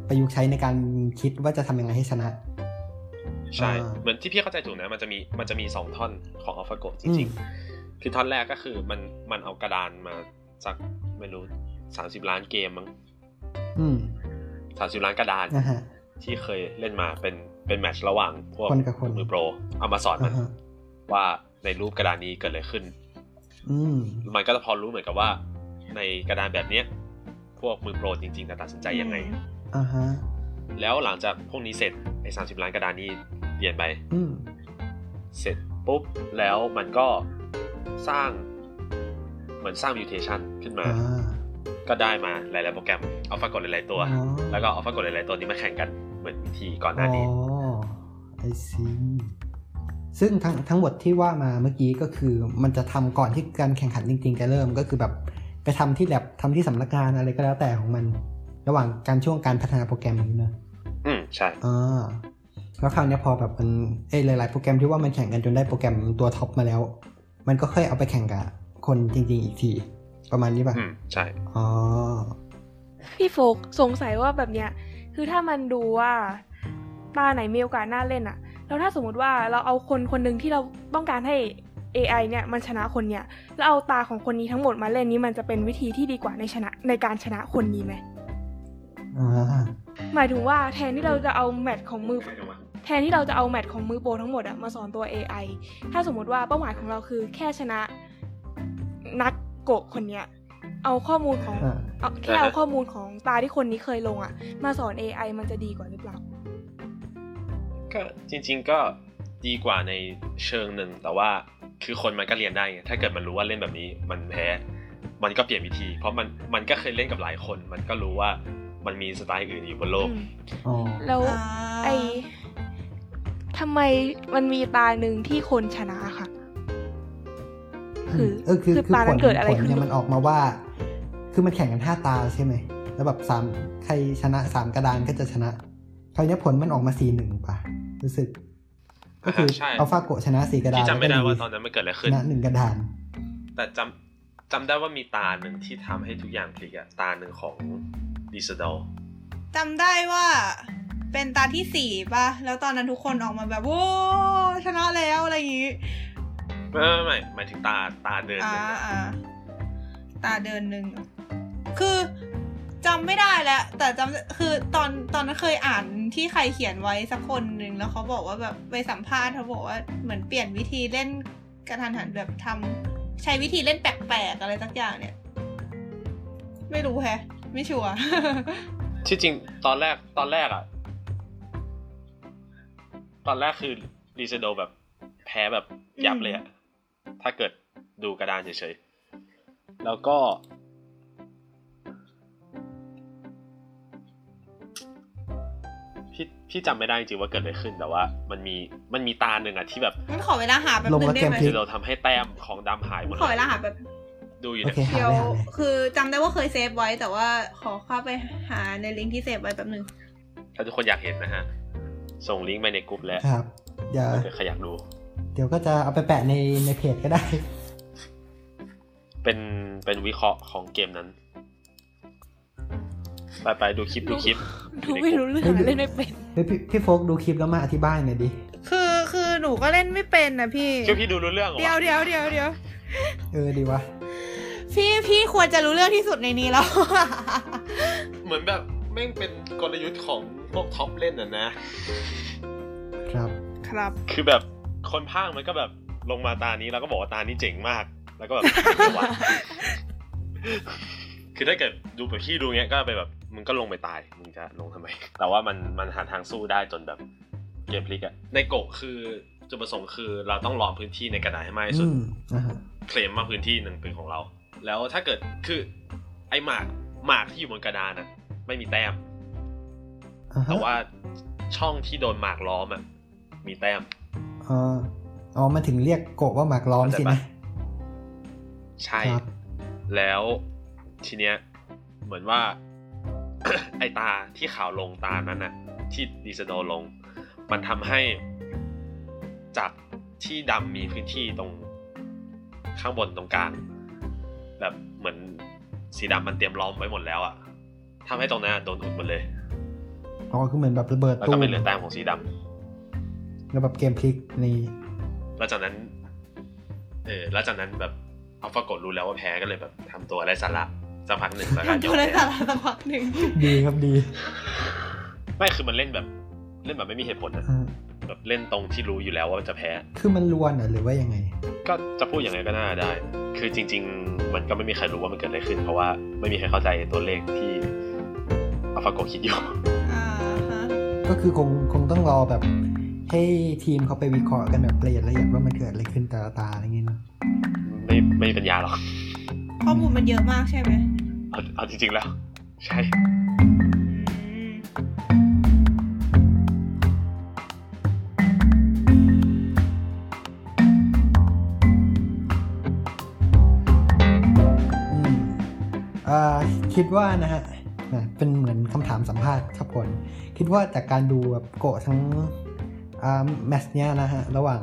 Speaker 2: ประยุกต์ใช้ในการคิดว่าจะทำยังไงให้ชนะ
Speaker 4: ใช่
Speaker 2: อ่า
Speaker 4: เหมือนที่พี่เข้าใจถูกนะ มันจะมี มันจะมีสองท่อนของอัลฟาโกจ
Speaker 2: อื
Speaker 4: ริง
Speaker 2: ม
Speaker 4: ๆ คือท่อนแรกก็คือมัน มันเอากระดานมาสักไม่รู้สามสิบล้านเกมมั้ง
Speaker 2: อืม
Speaker 4: สามสิบล้านกระดาน
Speaker 2: นะฮะ
Speaker 4: ที่เคยเล่นมาเป็น เป็นแมตช์ระหว่างพวก
Speaker 2: คนกับคน
Speaker 4: มือโปร เอามาสอนมั
Speaker 2: อ่าน ฮะ
Speaker 4: ว่าในรูปกระดานนี้เกิดอะไรขึ้น
Speaker 2: อืม
Speaker 4: มันก็จะพอรู้เหมือนกับว่า ในกระดานแบบเนี้ย พวกมือโปรจริงๆจะตัดสินใจยังไง
Speaker 2: อ่าฮะ
Speaker 4: แล้วหลังจากพวกนี้เสร็จไอ้สามสิบล้านกระดานนี้เปลี่ยนไป
Speaker 2: อืม
Speaker 4: เสร็จปุ๊บแล้วมันก็สร้างเหมือนสร้างมิวเทชันขึ้นมา
Speaker 2: อ่า
Speaker 4: ก็ได้มาหลาย ๆ โปรแกรมเอาฟากดหลาย ๆ ตัว
Speaker 2: อ๋อ
Speaker 4: แล้วก็เอาฟากดหลาย ๆ ตัวนี้มาแข่งกันเหมือนทีก่อนหน้านี้
Speaker 2: อ๋อ I see ซึ่งทั้งทั้งหมดที่ว่ามาเมื่อกี้ก็คือ มันจะทำก่อนที่การแข่งขันจริงๆจะเริ่มก็คือแบบไปทำที่แลบทำที่สำนักงานอะไรก็แล้วแต่ของมัน ระหว่างการช่วงการพัฒนาโปรแกรมนี้เนอะ
Speaker 4: อืมใช่
Speaker 2: อ่าแล้วคราวเนี้ยพอแบบมันเอ้ยหลายๆโปรแกรมที่ว่ามันแข่งกันจนได้โปรแกรมตัวท็อปมาแล้ว มันก็ค่อยเอาไปแข่งกับคนจริง ๆ อีกที ประมาณนี้ป่ะ
Speaker 4: อืมใช่
Speaker 2: อ๋อ
Speaker 3: พี่โฟกสงสัยว่าแบบเนี้ยคือถ้ามันดูว่าตาไหนมีโอกาสน่าเล่นอะแล้วถ้าสมมติว่าเราเอาคนคนหนึ่งที่เราต้องการให้ AI เนี่ยมันชนะคนเนี่ยแล้วเอาตาของคนนี้ทั้งหมดมาเล่นนี้มันจะเป็นวิธีที่ดีกว่าในชนะในการชนะคนนี้ไหม
Speaker 2: อ่า
Speaker 3: หมายถึงว่าแทนที่เราจะเอาแมตช์ของมือ แทนที่เราจะเอาแมตช์ของมือโปรทั้งหมดอะมาสอนตัว AI ถ้าสมมติว่าเป้าหมายของเราคือแค่ชนะ นักโกะคนเนี้ย เอาข้อมูลของ
Speaker 2: อ่า
Speaker 3: เอาแค่เอาข้อมูลของตาที่คนนี้เคยลงอะมาสอน AI มันจะดีกว่าหรือเปล่า
Speaker 4: ก็จริง ๆ ก็ดีกว่าในเชิงหนึ่ง แต่ว่าคือคนมันก็เรียนได้ไงถ้าเกิดมันรู้ว่าเล่นแบบนี้มันแพ้ มันก็เปลี่ยนวิธี เพราะมันมันก็เคยเล่นกับหลายคน มันก็รู้ว่ามันมีสไตล์อื่นอยู่บนโลก
Speaker 3: อืม
Speaker 2: อ๋อ
Speaker 3: แล้ว
Speaker 1: อ่า
Speaker 3: ไอ ทำไมมันมีตาหนึ่งที่คนชนะค่ะ คือ
Speaker 2: เออคือ
Speaker 3: คือ
Speaker 2: คือ
Speaker 3: ปลา
Speaker 2: ผ
Speaker 3: มั
Speaker 2: ล
Speaker 3: นเกิดอะไร
Speaker 2: ผล
Speaker 3: ขึ้น
Speaker 2: เนี่ยมันออกมาว่า คือมันแข่งกันห้าตาใช่ไหมแล้วแบบสามใครชนะสามกระดานก็จะชนะคราวเนี้ยผลมันออกมาสี่หนึ่งป่ะรู้สึก ก็คือ
Speaker 4: ใช่
Speaker 2: อัลฟาโกะชนะสี่กระดา
Speaker 4: ที่
Speaker 2: น
Speaker 4: จำไม่ได้
Speaker 2: แล้วก็
Speaker 4: ว่าตอนนั้นมันเกิดอะไร
Speaker 2: ช
Speaker 4: ขึ้น
Speaker 2: นะหนึ่งกระดาน
Speaker 4: แต่จำจำได้ว่ามีตาหนึ่งที่ทำให้ทุกอย่างพลิกอะตาหนึ่งของดิสดอล
Speaker 1: จำได้ว่า เป็นตาที่สี่ป่ะ แล้วตอนนั้นทุกคนออกมาแบบโว้ชนะแล้วอะไรอย่างงี้
Speaker 4: ไม่ไม่ไม่หมายถึงตาตาเดิน
Speaker 1: อ่า
Speaker 4: เนี่ย
Speaker 1: อ่าตาเดินหนึ่งคือจำไม่ได้แล้ว แต่จำคือตอนตอนนั้นเคยอ่านที่ใครเขียนไว้สักคนหนึ่งแล้วเขาบอกว่าแบบไปสัมภาษณ์เขาบอกว่าเหมือนเปลี่ยนวิธีเล่นกระทันหันแบบทำใช้วิธีเล่นแปลกๆอะไรสักอย่างเนี่ย ไม่รู้แฮะ ไม่ชัวร์ [LAUGHS]
Speaker 4: ที่จริงตอนแรกตอนแรกอะตอนแรกคือดิสดอลแบบแพ้แบบยับเลยอะถ้าเกิดดูกระดานเฉยๆ แล้วก็ พี่พี่จำไม่ได้จริงๆว่าเกิดอะไรขึ้นแต่ว่า มันมีมันมีตาหนึ่งอะที่แบบ
Speaker 1: งั้นขอเวลาหาแบบ
Speaker 2: ลง
Speaker 1: นึง
Speaker 2: แล้ว
Speaker 1: ได้
Speaker 2: เกม
Speaker 1: ไหม
Speaker 2: พลิ
Speaker 4: คือก เราทำให้แต้มของดำหายหมด
Speaker 1: ขอเว
Speaker 4: เลย
Speaker 1: ลาหาแบบ
Speaker 4: ดูอยู่
Speaker 2: โอเค
Speaker 4: เนี่ย
Speaker 2: หา
Speaker 1: เดียว
Speaker 2: เลยหาเลย
Speaker 1: คือจำได้ว่าเคยเซฟไว้แต่ว่าขอเข้าไปหาในลิงก์ที่เซฟไว้แป๊บหนึง
Speaker 4: ถ้าทุกคนอยากเห็นนะฮะ ส่งลิงก์ไปในกลุ่มแล้ว
Speaker 2: ครับ เดี๋ยว
Speaker 4: ถ้าเกิดใครอยากดู
Speaker 2: เดี๋ยวก็จะเอาไปแปะในในเพจก็ได้ [LAUGHS]
Speaker 4: เป็นเป็นวิเคราะห์ของเกมนั้น ไปไปดูคลิปดูคลิป
Speaker 3: ดูไม่รู้เรื่องอะเล่นไม่เป็น
Speaker 2: เฮ้ยพี่พี่โฟกดูคลิปแล้วมาอธิบายหน่อยดิ
Speaker 1: คือคือหนูก็เล่นไม่เป็นนะพี่
Speaker 4: ชื่อพี่ดูรู้เรื่องเหร
Speaker 1: เดี๋ยว
Speaker 4: อะ
Speaker 1: วเดี๋ยวเดี๋ยวเดี๋ยว
Speaker 2: เออดีวะ
Speaker 1: พี่พี่ควรจะรู้เรื่องที่สุดในนี้แล้ว
Speaker 4: [LAUGHS] เหมือนแบบแม่งเป็นกลยุทธ์ของพวกท็อปเล่นอ่ะนะ
Speaker 2: ครับ
Speaker 1: ครับ
Speaker 4: คือแบบคนพากย์มันก็แบบลงมาตานี้แล้วก็บอกว่าตานี้เจ๋งมาก แล้วก็แบบ [LAUGHS] เจ๋งวะคือถ้าเกิดดูแบบพี่ดูเงี้ยก็ไปแบบมึงก็ลงไปตายมึงจะลงทำไม [LAUGHS] แต่ว่ามันมันหาทางสู้ได้จนแบบเกมพลิกอะในโกะคือจุดประสงค์คือเราต้องล้อมพื้นที่ในกระดาษให้มากที่สุ
Speaker 2: อื
Speaker 4: ด
Speaker 2: มอ่าฮะ
Speaker 4: เคลมมาพื้นที่หนึ่งเป็นของเรา แล้วถ้าเกิดคือไอ้หมากหมากที่อยู่บนกระดานอะไม่มีแต้ม
Speaker 2: อ่าฮะ
Speaker 4: แต่ว่าช่องที่โดนหมากล้อมอะมีแต้ม
Speaker 2: เอ่ออ๋อมาถึงเรียกโกะว่าหมากล้อมสินะ
Speaker 4: ใช่
Speaker 2: ครับ
Speaker 4: แล้วทีเนี้ยเหมือนว่า [COUGHS] ไอตาที่ข่าวลงตานั้นน่ะ ที่ดีสโนลง มันทำให้จากที่ดำมีพื้นที่ตรงข้างบนตรงกลางแบบเหมือนสีดำมันเตรียมล้อมไว้หมดแล้วอะทำให้ตรงนั้นอะโดนอุดหมดเลย
Speaker 2: อ๋อคือเหมือนแบบระเบิด
Speaker 4: แล้ว
Speaker 2: ตู้
Speaker 4: ก็
Speaker 2: ม
Speaker 4: เป็นเหลือแต้มของสีด
Speaker 2: แล้วแบบเกมพลิกนี่
Speaker 4: ำแล้วจากนั้น เออแล้วจากนั้นแบบอัลฟาโกดรู้แล้วว่าแพ้ก็เลยแบบทำตัวอะไรสาระสักพักหนึ่งแล้วกัน
Speaker 1: ทำ
Speaker 4: ย
Speaker 1: ตั
Speaker 4: อ
Speaker 1: ว
Speaker 4: ม
Speaker 1: ใน
Speaker 4: แพ้
Speaker 1: สาระสักพักหนึ่ง
Speaker 2: ดีครับดี
Speaker 4: ไม่คือมันเล่นแบบเล่นแบบไม่มีเหตุผลนะ
Speaker 2: อ่า
Speaker 4: แบบเล่นตรงที่รู้อยู่แล้วว่ามันจะแพ้
Speaker 2: คือมันลวนเหรอหรือว่ายังไง
Speaker 4: ก็จะพูดอย่างไรก็น่าได้ คือจริง ๆ มันก็ไม่มีใครรู้ว่ามันเกิดอะไรขึ้น เพราะว่าไม่มีใครเข้าใจตัวเลขที่อัลฟาโกคิดอยู่ [LAUGHS]
Speaker 1: อ่าฮะ
Speaker 2: ก็คือคงคงต้องรอแบบให้ทีมเขาไปวิเคราะห์กันแบบละเอียดละเอียดว่ามันเกิดอะไรขึ้นแต่ละตาอะไรเงี้ยเนาะ
Speaker 4: ไม่ไม่มีปัญญาหรอก
Speaker 1: ข้อมูลมันเยอะมากใช่ไหม
Speaker 4: เอาเอาจริง ๆ แล้ว ใช่
Speaker 1: อืม
Speaker 2: อืมอ่าคิดว่านะฮะอ่ะเป็นเหมือนคำถามสัมภาษณ์ครับคนคิดว่าจากการดูแบบโกะทั้งอ่าแมตช์เนี้ยนะฮะระหว่าง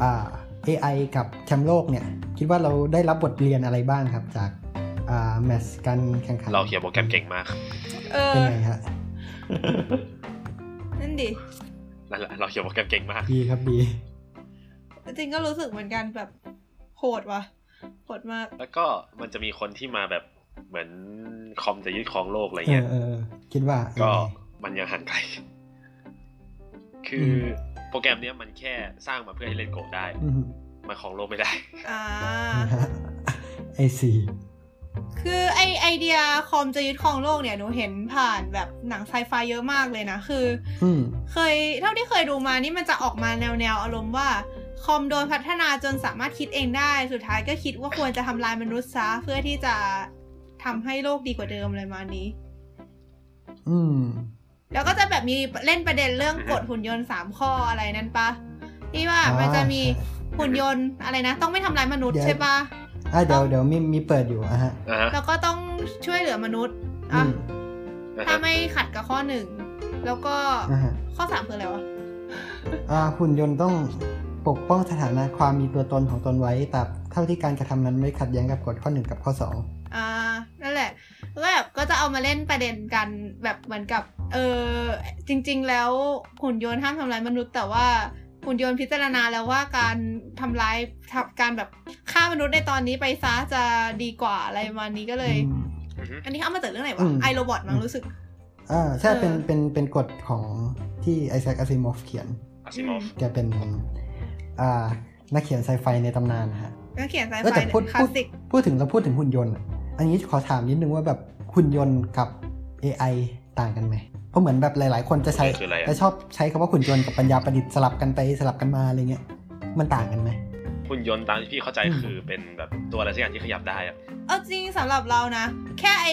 Speaker 2: อ่า AI กับแชมป์โลกเนี่ย คิดว่าเราได้รับบทเรียนอะไรบ้างครับจากอ่าแมตช์การแข่งขัน
Speaker 4: เราเขียนโปรแกรมเก่งมาก
Speaker 1: เอ
Speaker 2: เป็น
Speaker 1: อ
Speaker 2: ไงฮะ
Speaker 1: นั่นดิ
Speaker 4: นั่นแหละเราเขียนโปรแกรมเก่งมาก
Speaker 2: ดีครับดี
Speaker 1: จริงก็รู้สึกเหมือนกันแบบโหดว่ะโหดมาก
Speaker 4: แล้วก็มันจะมีคนที่มาแบบเหมือนคอมจะยึดครองโลกอะไร
Speaker 2: เอ
Speaker 4: เงี้
Speaker 2: อย เออคิดว่า
Speaker 4: ก็
Speaker 2: ยังไง
Speaker 4: มันยังห่างไกล คืออโปรแกรมเนี้ยมันแค่สร้างมาเพื่อให้เล่นโกะได้
Speaker 2: อืม
Speaker 4: มันของโลกไม่ได้ [LAUGHS]
Speaker 1: อ่า
Speaker 2: ไอซี
Speaker 1: คือไอไอเดียคอมจะยึดครองโลกเนี่ยหนูเห็นผ่านแบบหนังไซไฟเยอะมากเลยนะ คือ
Speaker 2: อืม
Speaker 1: เคยเท่าที่เคยดูมานี่มันจะออกมาแนวแนวๆอารมณ์ว่า คอมโดนพัฒนาจนสามารถคิดเองได้ สุดท้ายก็คิดว่าควรจะทำลายมนุษย์ซะเพื่อที่จะทำให้โลกดีกว่าเดิมอะไรประมาณนี้
Speaker 2: อืม
Speaker 1: แล้วก็จะแบบมีเล่นประเด็นเรื่องกฎหุ่นยนต์สามข้ออะไรนั้นปะที่ว่ามันจะมีหุ่นยนต์อะไรนะ ต้องไม่ทำร้ายมนุษย์
Speaker 2: เดี๋ยว
Speaker 1: ใช่ปะ
Speaker 2: อ่ะเดี๋ยวเดี๋ยวมีมีเปิดอยู่อ่ะฮะ
Speaker 4: อ่าฮะ
Speaker 1: แล้วก็ต้องช่วยเหลือมนุษย์
Speaker 2: อื
Speaker 1: อ่ะ
Speaker 2: ม
Speaker 4: อ่า
Speaker 1: ถ้า
Speaker 4: ฮะ
Speaker 1: ไม่ขัดกับข้อหนึ่งแล้วก็
Speaker 2: อ่ะฮะ
Speaker 1: ข้อสามคืออะไรวะ
Speaker 2: อ่าหุ่นยนต์ต้องปกป้องสถานะความมีตัวตนของตนไว้ตราบเท่าที่การกระทำนั้นไม่ขัดแย้งกับกฎข้อหนึ่งกับข้อสอง
Speaker 1: อ่านั่นแหละแล้วก็แบบก็จะเอามาเล่นประเด็นกันแบบเหมือนกับ เออจริง ๆ แล้วหุ่นยนต์ห้ามทำร้ายมนุษย์ แต่ว่าหุ่นยนต์พิจารณาแล้วว่าการทำร้ายทำการแบบฆ่ามนุษย์ในตอนนี้ไปซะจะดีกว่าอะไรประมาณนี้ก็เลย
Speaker 2: อืม
Speaker 4: อือฮึ
Speaker 1: อันนี้เอามาจากเรื่องไหน
Speaker 2: อื
Speaker 1: วะ
Speaker 2: ม
Speaker 1: ไอโรบอทมั้ง
Speaker 2: อืม
Speaker 1: รู้สึก
Speaker 2: อ่าใช่
Speaker 1: เออ
Speaker 2: เป็นเป็นเป็นกฎของที่ไอแซคอาซิมอฟเขียน
Speaker 4: อาซิมอฟ
Speaker 2: แกเป็นอ่านักเขียนไซไฟในตำนานนะฮะ
Speaker 1: ก็เขียนไซ
Speaker 2: เออ
Speaker 1: ไฟ
Speaker 2: แต่พูด
Speaker 1: คลา
Speaker 2: พู
Speaker 1: ส
Speaker 2: ด
Speaker 1: สิก
Speaker 2: พูดถึงเราพูดถึงหุ่นยนต์อะอันนี้ขอถามนิดนึงว่าแบบหุ่นยนต์กับ AI ต่างกันไหมเพราะเหมือนแบบหลาย ๆ คนจะใช้
Speaker 4: คืออะไรอะ
Speaker 2: จะชอบใช้คำว่าหุ่นยนต์กับปัญญาประดิษฐ์สลับกันไปสลับกันมาอะไรเงี้ย มันต่างกันไหม
Speaker 4: หุ่นยนต์ตามที่พี่เข้าใจคือเป็นแบบตัวอะไรสักอย่างที่ขยับได้อะ
Speaker 1: เอาจริงสำหรับเรานะ แค่ไอ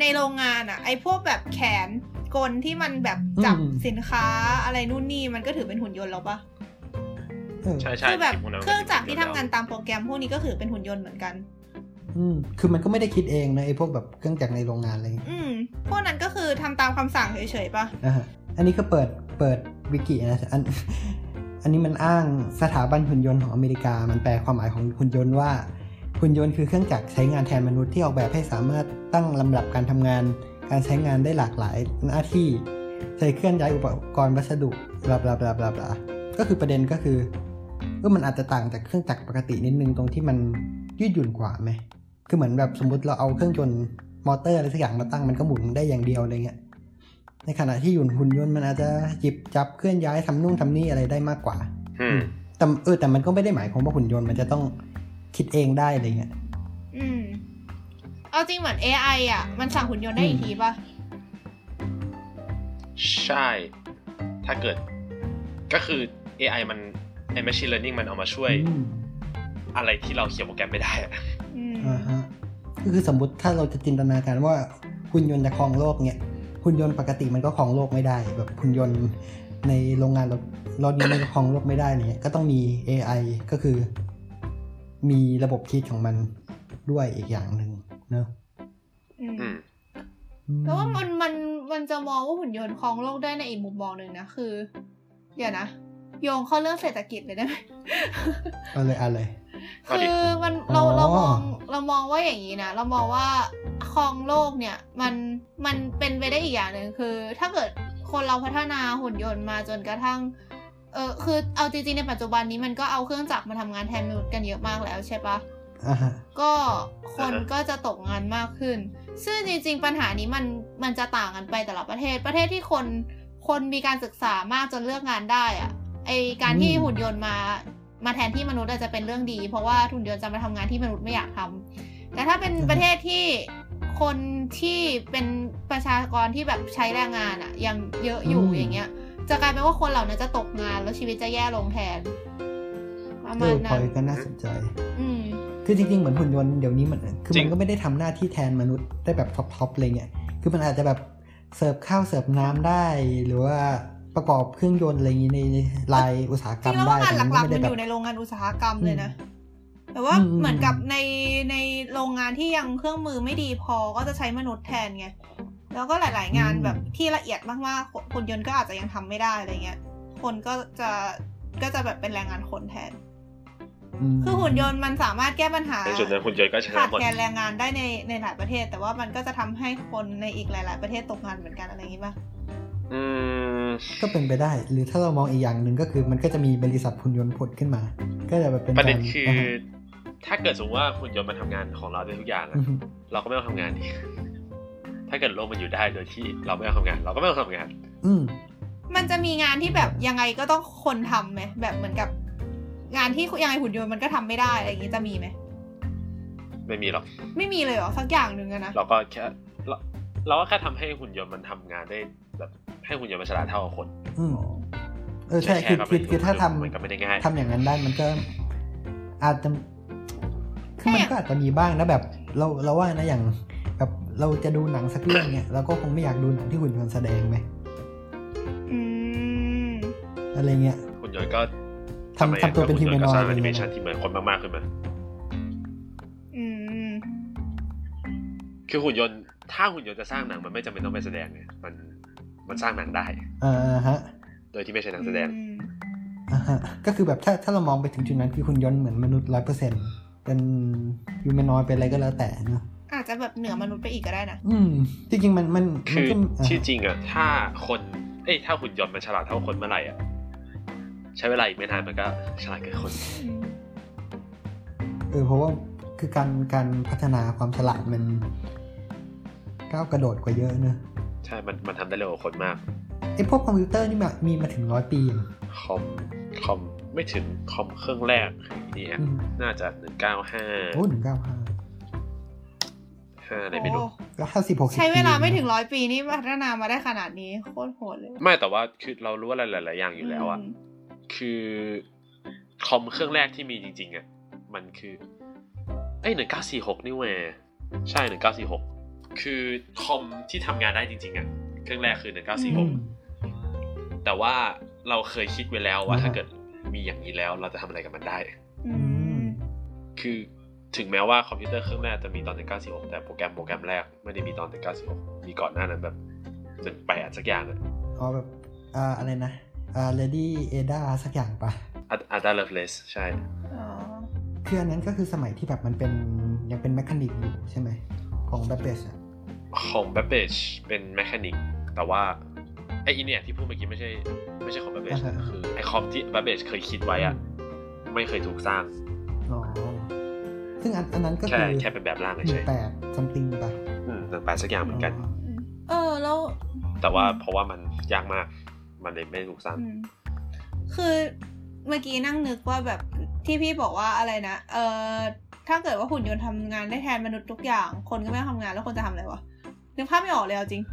Speaker 1: ในโรงงานอะไอพวกแบบแขนกลที่มันแบบจับ
Speaker 2: อืม
Speaker 1: สินค้าอะไรนู่นนี่มันก็ถือเป็นหุ่นยนต์แล้วปะ
Speaker 2: เออ
Speaker 4: ใช่ใช่
Speaker 1: คือแบบ
Speaker 4: พวกนั้น
Speaker 1: เครื่องจักรที่ทำงาน
Speaker 4: เ
Speaker 1: ตามโปรแกรมพวกนี้ก็ถือเป็นหุ่นยนต์เหมือนกัน
Speaker 2: อืมคือมันก็ไม่ได้คิดเองนะไอ้พวกแบบเครื่องจักรในโรงงานอะไรเงี้ย
Speaker 1: อืมพวกนั้นก็คือทำตามคำสั่งเฉยๆปะ
Speaker 2: อ่าฮะอันนี้ก็เปิดเปิดวิกินะอัน อันนี้มันอ้างสถาบันหุ่นยนต์ของอเมริกา มันแปลความหมายของหุ่นยนต์ว่า หุ่นยนต์คือเครื่องจักรใช้งานแทนมนุษย์ที่ออกแบบให้สามารถตั้งลำดับการทำงาน การใช้งานได้หลากหลายหน้าที่ ใช้เคลื่อนย้ายอุปกรณ์วัสดุบลาบลาบลาบลาบลาก็คือประเด็นก็คือเออมันอาจจะต่างจากเครื่องจักรปกตินิดนึงตรงที่มันยืดหยุ่นกว่าไหมคือเหมือนแบบสมมติเราเอาเครื่องยนต์มอเตอร์อะไรสักอย่างมาตั้งมันก็หมุนได้อย่างเดียวอะไรเงี้ยในขณะที่หุ่นหุ่นยนต์มันอาจจะหยิบจับเคลื่อนย้ายทำนู่นทำนี่อะไรได้มากกว่า
Speaker 4: อืม
Speaker 2: แต่เออแต่มันก็ไม่ได้หมายความว่าหุ่นยนต์มันจะต้องคิดเองได้อะไรเงี้ย
Speaker 1: อืมเอาจริงเหมือน AI อ่ะมันสั่งหุ่นยนต์ได้อีกทีปะ
Speaker 4: ใช่ ถ้าเกิด ก็คือ AI มันไอ้ machine learning มันเอามาช่วย
Speaker 2: อืม
Speaker 4: อะไรที่เราเขียนโปรแกรมไม่ได้อะ
Speaker 1: อืม
Speaker 2: อ่าฮะก็คือสมมติถ้าเราจะจินตนาการว่าหุ่นยนต์จะครองโลกเนี่ยหุ่นยนต์ปกติมันก็ครองโลกไม่ได้ แบบหุ่นยนต์ในโรงงานรถรถยนต์มันก็ครองโลกไม่ได้เนี่ยก็ต้องมี AI ก็คือ มีระบบคิดของมันด้วยอีกอย่างหนึ่งเนอะ
Speaker 1: อืม
Speaker 4: อืม
Speaker 1: แล้วว่ามันมันมันจะมองว่าหุ่นยนต์ครองโลกได้ในอีกมุมมองหนึ่งนะคือ เดี๋ยวนะ โยงเข้าเรื่องเศรษฐกิจเลยได้ไหม
Speaker 2: เอาเลยเอาเลย
Speaker 4: เอาดิ
Speaker 1: คือมัน
Speaker 2: อ๋อ
Speaker 1: เราเรามองเรามองว่าอย่างนี้นะ เรามองว่าครองโลกเนี่ย มันมันเป็นไปได้อีกอย่างหนึ่งคือ ถ้าเกิดคนเราพัฒนาหุ่นยนต์มาจนกระทั่งเออคือเอาจริงๆในปัจจุบันนี้มันก็เอาเครื่องจักรมาทำงานแทนมนุษย์กันเยอะมากแล้วใช่ปะ
Speaker 2: อ่าฮะ
Speaker 1: ก็คน
Speaker 4: อ่าฮะ
Speaker 1: ก็จะตกงานมากขึ้น ซึ่งจริง ๆ ปัญหานี้มันมันจะต่างกันไปแต่ละประเทศ ประเทศที่คนคนมีการศึกษามากจนเลือกงานได้อะไอการที่หุ่นยนต์มามาแทนที่มนุษย์อาจจะเป็นเรื่องดี เพราะว่าหุ่นยนต์จะมาทำงานที่มนุษย์ไม่อยากทำแต่ถ้าเป็นประเทศที่คนที่เป็นประชากรที่แบบใช้แรงงานอะยังเยอะอยู่อย่างเงี้ย จะกลายเป็นว่าคนเหล่านั้นจะตกงานแล้วชีวิตจะแย่ลงแทนประ
Speaker 2: เอ
Speaker 1: มา
Speaker 2: อ
Speaker 1: ณ
Speaker 2: พ
Speaker 1: นั้
Speaker 2: อน ยก็น่าสนใจ
Speaker 1: อืม
Speaker 2: คือจริงๆ เหมือนหุ่นยนต์เดี๋ยวนี้มันคือ
Speaker 4: จริ
Speaker 2: มั
Speaker 4: ง
Speaker 2: นก็ไม่ได้ทำหน้าที่แทนมนุษย์ได้แบบท็อปทอปอะไรเงี้ยคือมันอาจจะแบบเสิร์ฟข้าวเสิร์ฟน้ำได้ หรือว่าประกอบเครื่องยนต์อะไรอย่างนี้ในลายอุตสาหก
Speaker 1: จ
Speaker 2: รร
Speaker 1: ริ
Speaker 2: ม
Speaker 1: งแล้ว
Speaker 2: ได้
Speaker 1: ว่างานหลั
Speaker 2: แต่มันก็
Speaker 1: กๆมันอ
Speaker 2: ไม่ได้แบ
Speaker 1: บ ยู่ในโรงงานอุตสาหกรรมเลยนะ แต่ว่า
Speaker 2: อืม
Speaker 1: เหมือนกับในในโรงงานที่ยังเครื่องมือไม่ดีพอก็จะใช้มนุษย์แทนไง แล้วก็หลาย ๆ งานแบบที่ละเอียดมากๆคนยนต์ก็อาจจะยังทำไม่ได้อะไรเงี้ย คนก็จะก็จะแบบเป็นแรงงานคนแทน
Speaker 2: ม
Speaker 1: คือหุ่นยนต์มันสามารถแก้ปัญหา
Speaker 4: ในจุดนั้นหุ่นยนต์ก็ชนะ
Speaker 1: ขาด
Speaker 4: หมด
Speaker 1: แคลนแรงงานได้ในในหลายประเทศ แต่ว่ามันก็จะทำให้คนในอีกหลาย ๆ ประเทศตกงานเหมือนกันอะไรอย่างนี้ป่ะ
Speaker 4: อืม
Speaker 2: ก็เป็นไปได้ หรือถ้าเรามองอีกอย่างหนึ่งก็คือมันก็จะมีบริษัทหุ่นยนต์ผลขึ้นมา ก็จะแบบเป็น
Speaker 4: ประเด็น
Speaker 2: การ
Speaker 4: คือ ถ้าเกิดสมมติว่าหุ่นยนต์มันทำงานของเราได้ทุกอย่างอะ
Speaker 2: อือฮึ
Speaker 4: เราก็ไม่ต้องทำงานดิ [LAUGHS] ถ้าเกิดโลกมันอยู่ได้โดยที่เราไม่ต้องทำงาน เราก็ไม่ต้องทำงาน
Speaker 2: อืม
Speaker 1: มันจะมีงานที่แบบยังไงก็ต้องคนทำไหมแบบเหมือนกับ งานที่ยังไงหุ่นยนต์มันก็ทำไม่ได้อะไรอย่างนี้จะมีไหม
Speaker 4: ไม่มีหรอก
Speaker 1: ไม่มีเลยเหรอสักอย่างหนึ่งอะนะ
Speaker 4: เราก็แค่เราเราก็แค่ทำให้หุ่นยนต์มันทำงานได้แบบให้หุ่นยนต์มันฉลาดเท่ากับคน
Speaker 2: อืมเออใช่คือ
Speaker 4: แค่
Speaker 2: คือคือถ้าทำ
Speaker 4: มันก็ไม่ได้ง่าย
Speaker 2: ทำอย่างนั้นได้มันก็อาจจะคือมันก็อาจจะมีบ้างนะแบบ เราเราว่านะอย่างแบบเราจะดูหนังสักเรื่องเนี่ยเราก็คงไม่อยากดูหนังที่หุ่นยนต์แสดงไหม อะไรเงี้ย
Speaker 4: หุ่นยนต์ก็
Speaker 2: ทำทำตัวเป็น
Speaker 4: หุ่ยก็สร้าง
Speaker 2: humanoid
Speaker 4: แอนิเมชัน
Speaker 2: อะไรเงี้ย
Speaker 4: ที่เหมือนคนมากๆขึ้นมา
Speaker 1: อืม
Speaker 4: คือหุ่นยนต์ถ้าหุ่นยนต์จะสร้างหนังมันไม่จำเป็นต้องไปแสดงเนี่ยมันมันสร้างหนังได้
Speaker 2: อ่าฮะ
Speaker 4: โดยที่ไม่ใช่นักแสดง
Speaker 1: อืม
Speaker 2: อ่าฮะก็คือแบบถ้าถ้าเรามองไปถึงจุดนั้นคือหุ่นยนต์เหมือนมนุษย์ร้อยเปอร์เซ็นต์เป็นยูแมนอยเป็นอะไรก็แล้วแต่เนอะ
Speaker 1: อาจจะแบบเหนือมนุษย์ไปอีกก็ได้นะ
Speaker 2: อืมจริงจริงๆมันมันมั
Speaker 4: คื
Speaker 2: น
Speaker 4: อ
Speaker 2: ก็า
Speaker 4: ที่จริงอะถ้าคนเอ้ยถ้าหุ่นยนต์มันฉลาดเท่าคนเมื่อไหร่อะใช้เวลาอีกไม่นานมันก็ฉลาดเกินคน
Speaker 2: เออเพราะว่าคือการการพัฒนาความฉลาดมันก้าวกระโดดกว่าเยอะเนอะ
Speaker 4: ใช่มันมันทำได้เร็วกว่าคนมาก
Speaker 2: ไอพวกคอมพิวเตอร์นี่มามีมาถึงร้อยปีเหรอ
Speaker 4: คอมคอมไม่ถึงคอมเครื่องแรกนี่ฮะ
Speaker 2: อืม
Speaker 4: น่าจะหนึ่งเก้าห้า
Speaker 2: โอ้หนึ่งเก้าห้า
Speaker 4: ห้าอะไรไม่รู้
Speaker 1: โอ้
Speaker 2: ก็ห้าสิบหกสิบ
Speaker 1: ใช้เวลาไม่ถึงร้อยปีนี่พัฒนามาได้ขนาดนี้โคตรโหดเลย
Speaker 4: ไม่แต่ว่าคือเรารู้อะไรหลาย ๆ อย่างอยู่แล้วอะ
Speaker 1: ม
Speaker 4: คือคอมเครื่องแรกที่มีจริง ๆอะมันคือเอ้หนึ่งเก้าสี่หกนี่เว้ยใช่หนึ่งเก้าสี่หกคือคอมที่ทำงานได้จริง ๆอะเครื่องแรกคือหนึ่งเก้าสี่ห
Speaker 2: อื
Speaker 4: ก
Speaker 2: ม
Speaker 4: แต่ว่าเราเคยคิดไว้แล้วว่า
Speaker 2: อ่าฮะ
Speaker 4: ถ้าเกิดมีอย่างนี้แล้วเราจะทำอะไรกับมันได้
Speaker 1: อื
Speaker 2: อื
Speaker 1: ม
Speaker 2: ม
Speaker 4: คือถึงแม้ว่าคอมพิวเตอร์เครื่องแรกจะมีตอน1946 แต่โปรแกรมโปรแกรมแรกไม่ได้มีตอน1946 มีก่อนหน้านั้นแบบ18สักอย่างอะ
Speaker 2: อ๋อแบบอ่าอะไรนะอ่าเลดี้เอดาสักอย่างปะ
Speaker 4: อาอาดาเลฟเลสใช่
Speaker 1: อ๋อ
Speaker 2: คืออันนั้นก็คือสมัยที่แบบมันเป็นยังเป็นแมคคานิกอยู่ใช่ไหมของแบบเบสอะ
Speaker 4: ของแบบเบชเป็นแมคานิก แต่ว่า ไออินเนี่ยที่พูดเมื่อกี้ไม่ใช่ไม่ใช่ของแบบเบชคือไอคอมที่แบบเบชเคยคิดไว้อะไม่เคยถูกสร้าง
Speaker 2: อ๋อซึ่งอันอันนั้นก็
Speaker 4: แค่
Speaker 2: คือ
Speaker 4: แค่เป็นแบบร่าง
Speaker 2: ห
Speaker 4: เฉ
Speaker 2: นึ่
Speaker 4: ย
Speaker 2: งแปดซัมติงปะ
Speaker 4: ๆอืมแต่แปลสักอย่างเหมือนกัน
Speaker 1: เออแล้ว
Speaker 4: แต่ว่าเพราะว่ามันยากมากมันเลยไม่ถูกสร้าง
Speaker 1: อืมคือเมื่อกี้นั่งนึกว่าแบบที่พี่บอกว่าอะไรนะเออถ้าเกิดว่าหุ่นยนต์ทำงานได้แทนมนุษย์ทุกอย่าง คนก็ไม่ต้องทำงานแล้วคนจะทำอะไรวะนึกภาพไม่ออกเลยเอาจริง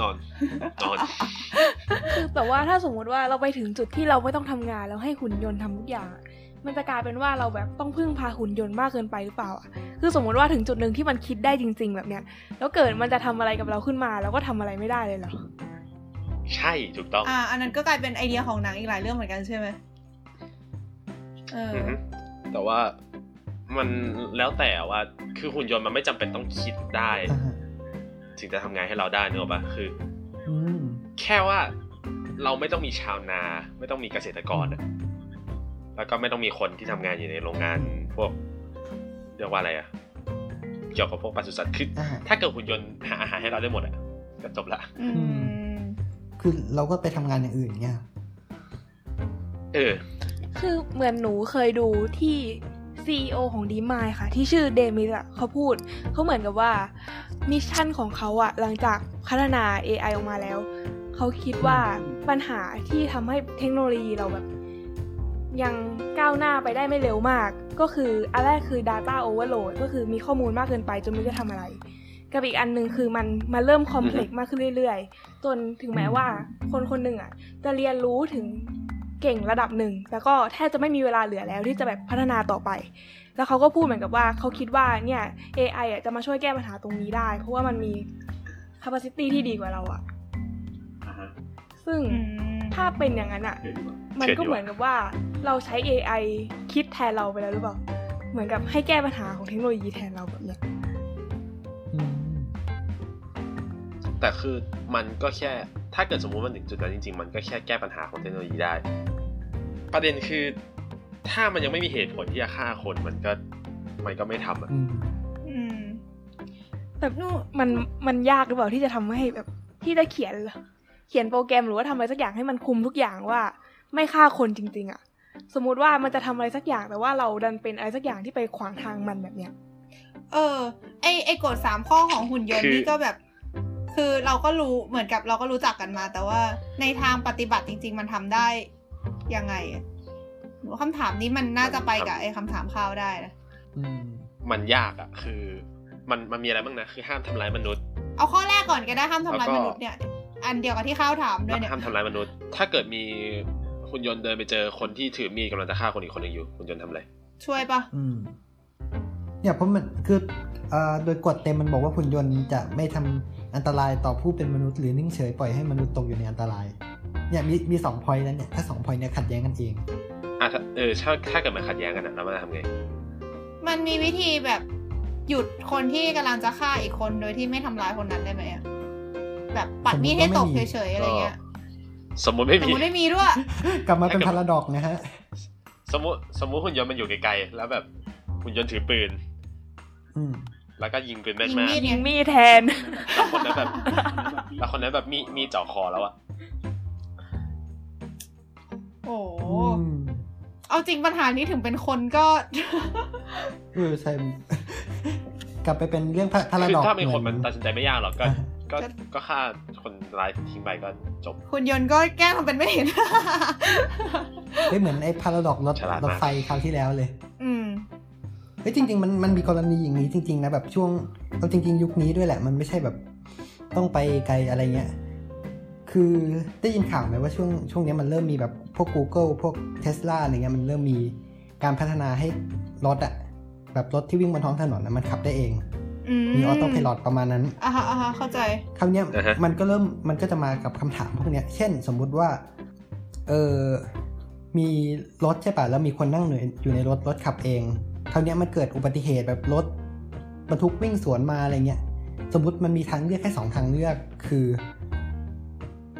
Speaker 4: น [LAUGHS] อน นอน
Speaker 3: คือแบบว่าถ้าสมมุติว่าเราไปถึงจุดที่เราไม่ต้องทำงานแล้วให้หุ่นยนต์ทำทุกอย่างอะมันจะกลายเป็นว่าเราแบบต้องพึ่งพาหุ่นยนต์มากเกินไปหรือเปล่าอะคือสมมติว่าถึงจุดหนึ่งที่มันคิดได้จริง ๆ แบบเนี้ย แล้วเกิดมันจะทำอะไรกับเราขึ้นมาเราก็ทำอะไรไม่ได้เลยเหรอ
Speaker 4: ใช่ถูกต้อง
Speaker 1: อ่า อันนั้นก็กลายเป็นไอเดียของหนังอีกหลายเรื่องเหมือนกันใช่ไหมเออ
Speaker 4: อฮึแต่ว่ามันแล้วแต่ว่าคือหุ่นยนต์มันไม่จำเป็นต้องคิดได้
Speaker 2: อ่าฮะ
Speaker 4: ถึงจะทำงานให้เราได้เนกอะปะคือ
Speaker 2: อืม
Speaker 4: แค่ว่าเราไม่ต้องมีชาวนา ไม่ต้องมีเกษตรกรอะแล้วก็ไม่ต้องมีคนที่ทำงานอยู่ในโรงงานพวกเรียกว่าอะไรอะเกี่ยวกับพวกปศุสัตว์คือ
Speaker 2: อ่าฮะ
Speaker 4: ถ้าเกิดหุ่นยนต์หาอาหารให้เราได้หมดอะก็จบละ
Speaker 1: อืม
Speaker 2: คือเราก็ไปทำงานอย่างอื่นเนี่ย
Speaker 4: เออ
Speaker 3: คือเหมือนหนูเคยดูที่ CEO ของดีมายค่ะ ที่ชื่อเดมิสอะเขาพูด เขาเหมือนกับว่ามิชชั่นของเขาอะหลังจากพัฒนา AI ออกมาแล้ว เขาคิดว่าปัญหาที่ทำให้เทคโนโลยีเราแบบ ยังก้าวหน้าไปได้ไม่เร็วมาก ก็คืออันแรกคือ Data Overload ก็คือมีข้อมูลมากเกินไปจนไม่รู้จะทำอะไร กับอีกอันหนึ่งคือมันมาเริ่มคอมเพล็กซ์มากขึ้นเรื่อยๆ จนถึงแม้ว่าคนคนหนึ่งอะจะเรียนรู้ถึงเก่งระดับหนึ่ง แล้วก็แทบจะไม่มีเวลาเหลือแล้วที่จะแบบพัฒนาต่อไป แล้วเขาก็พูดเหมือนกับว่าเขาคิดว่าเนี่ย AI อะจะมาช่วยแก้ปัญหาตรงนี้ได้ เพราะว่ามันมี capacity ที่ดีกว่าเราอะซึ่ง ถ้าเป็นอย่างนั้นอ่ะ มันก็เหมือนกับว่าเราใช้ AI คิดแทนเราไปแล้วหรือเปล่า เหมือนกับให้แก้ปัญหาของเทคโนโลยีแทนเราแบบเนี้ย
Speaker 2: อืม
Speaker 4: แต่คือมันก็แค่ถ้าเกิดสมมุติมันถึงจุดนั้นจริงๆ มันก็แค่แก้ปัญหาของเทคโนโลยีได้ ประเด็นคือ ถ้ามันยังไม่มีเหตุผลที่จะฆ่าคนมันก็มันก็ไม่ทำอะ
Speaker 2: อืม
Speaker 1: อืม
Speaker 3: แต่นู่นมันมันยากหรือเปล่าที่จะทำให้แบบที่จะเขียน เขียนโปรแกรมหรือว่าทำอะไรสักอย่างให้มันคุมทุกอย่างว่า ไม่ฆ่าคนจริง ๆอ่ะ สมมุติว่ามันจะทำอะไรสักอย่างแต่ว่าเราดันเป็นอะไรสักอย่างที่ไปขวางทางมันแบบเนี้ย
Speaker 1: เออ ไอไอกฎสามข้อของหุ่นยนต์นี่ก็แบบ คือเราก็รู้เหมือนกับเราก็รู้จักกันมา แต่ว่าในทางปฏิบัติจริง ๆ มันทำได้ยังไงอะหนูคำถามนี้มันน่าจะไปกับไอคำถามข้าวได้นะ
Speaker 2: อืม
Speaker 4: มันยากอะคือ มันมันมีอะไรบ้างนะคือห้ามทำร้ายมนุษย์
Speaker 1: เอาข้อแรกก่อนก็ได้ห้ามทำร้าย
Speaker 4: แล้
Speaker 1: ม
Speaker 4: วก็
Speaker 1: นุษย์เนี่ย อันเดียวกับที่ข้าวถามด้
Speaker 4: แล้ว
Speaker 1: ยว เนี่ย
Speaker 4: ห้ามทำร้ายมนุษย์ ถ้าเกิดมีหุ่นยนต์เดินไปเจอคนที่ถือมีดกำลังจะฆ่าคนอีกคนหนึ่งอยู่หุ่นยนต์ทำอะไร
Speaker 1: ช่วยปะ
Speaker 2: อืมเนี่ยเพราะมันคือเอ่อโดยกฎเต็มมันบอกว่าหุ่นยนต์จะไม่ทำอันตรายต่อผู้เป็นมนุษย์หรือนิ่งเฉยปล่อยให้มนุษย์ตกอยู่ในอันตราย เนี่ยมีมีสองพอยนั้นเนี่ยถ้าสองพอยเนี่ยขัดแย้งกันเอง
Speaker 4: อ่ะถ้าเออถ้าถ้าเกิดมันขัดแย้งกันอะเรามาทำไง
Speaker 1: มันมีวิธีแบบหยุดคนที่กำลังจะฆ่าอีกคนโดยที่ไม่ทำร้ายคนนั้นได้ไหมอะแบบปัดมีดให้ตกเฉยๆอะไรเงี้ย
Speaker 4: สมมุติไม่
Speaker 1: แต่
Speaker 4: มี
Speaker 1: กูได้มีด้วย
Speaker 2: กลับมาเป็นพาราดอกนะฮะ
Speaker 4: สมมุติสมมุติหุ่นยนต์มันอยู่ไกลๆแล้วแบบหุ่นยนต์ถือปืน
Speaker 2: อืม
Speaker 4: แล้วก็ยิงปืนแม่น
Speaker 1: ยิง
Speaker 4: มาก
Speaker 1: มีด
Speaker 3: ยิงมีดแทน
Speaker 4: แล้วคนนั้นแบบ แล้วคนนั้นแบบมีมีดเจ่อคอแล้วอะ
Speaker 1: โอ้โห
Speaker 2: อืม
Speaker 1: เอาจริงปัญหานี้ถึงเป็นคนก็ [LAUGHS]
Speaker 2: เออใช่กลับไปเป็นเรื่องพารา
Speaker 4: คือ
Speaker 2: ดอก
Speaker 4: ถ้าเป็นคนมัน
Speaker 2: หอ
Speaker 4: ตัดสินใจไม่ยากหรอกก็ ก็
Speaker 1: ก็
Speaker 4: ก็ฆ่าคนร้ายทิ้งไปก็จบ
Speaker 1: คุณยนต์ก็แกล้งทำเป็นไม่เห็น [LAUGHS]
Speaker 2: เฮ้ยเหมือนไอ้ [LAUGHS] พาราดอกรถ
Speaker 4: ฉลาดมาก
Speaker 2: รถไฟคราวที่แล้วเลย
Speaker 1: อืม
Speaker 2: เฮ้ยจริง ๆ มันมันมีกรณีอย่างนี้จริง ๆ นะแบบช่วงเอาจริง ๆ ยุคนี้ด้วยแหละ มันไม่ใช่แบบต้องไปไกลอะไรเงี้ย คือได้ยินข่าวไหมว่าช่วงช่วงเนี้ยมันเริ่มมีแบบพวก Google พวก Tesla อะไรเงี้ยมันเริ่มมีการพัฒนาให้รถอะแบบรถที่วิ่งบนท้องถนนนะมันขับได้เอง
Speaker 1: อืม
Speaker 2: มีออโต้พ l o ดประมาณนั้น
Speaker 1: อ่าฮะอ่าฮะเข้าใจ
Speaker 2: คราวเนี้ย
Speaker 4: อ่าฮะ
Speaker 2: มันก็เริ่มมันก็จะมากับคำถามพวกเนี้ย เช่นสมมุติว่า เออมีรถใช่ป่ะ แล้วมีคนนั่งอยู่ในรถรถขับเอง คราวเนี้ยมันเกิดอุบัติเหตุแบบรถบรรทุกวิ่งสวนมาอะไรเงี้ย สมมติมันมีทางเลือกแค่สองทางเลือกคือ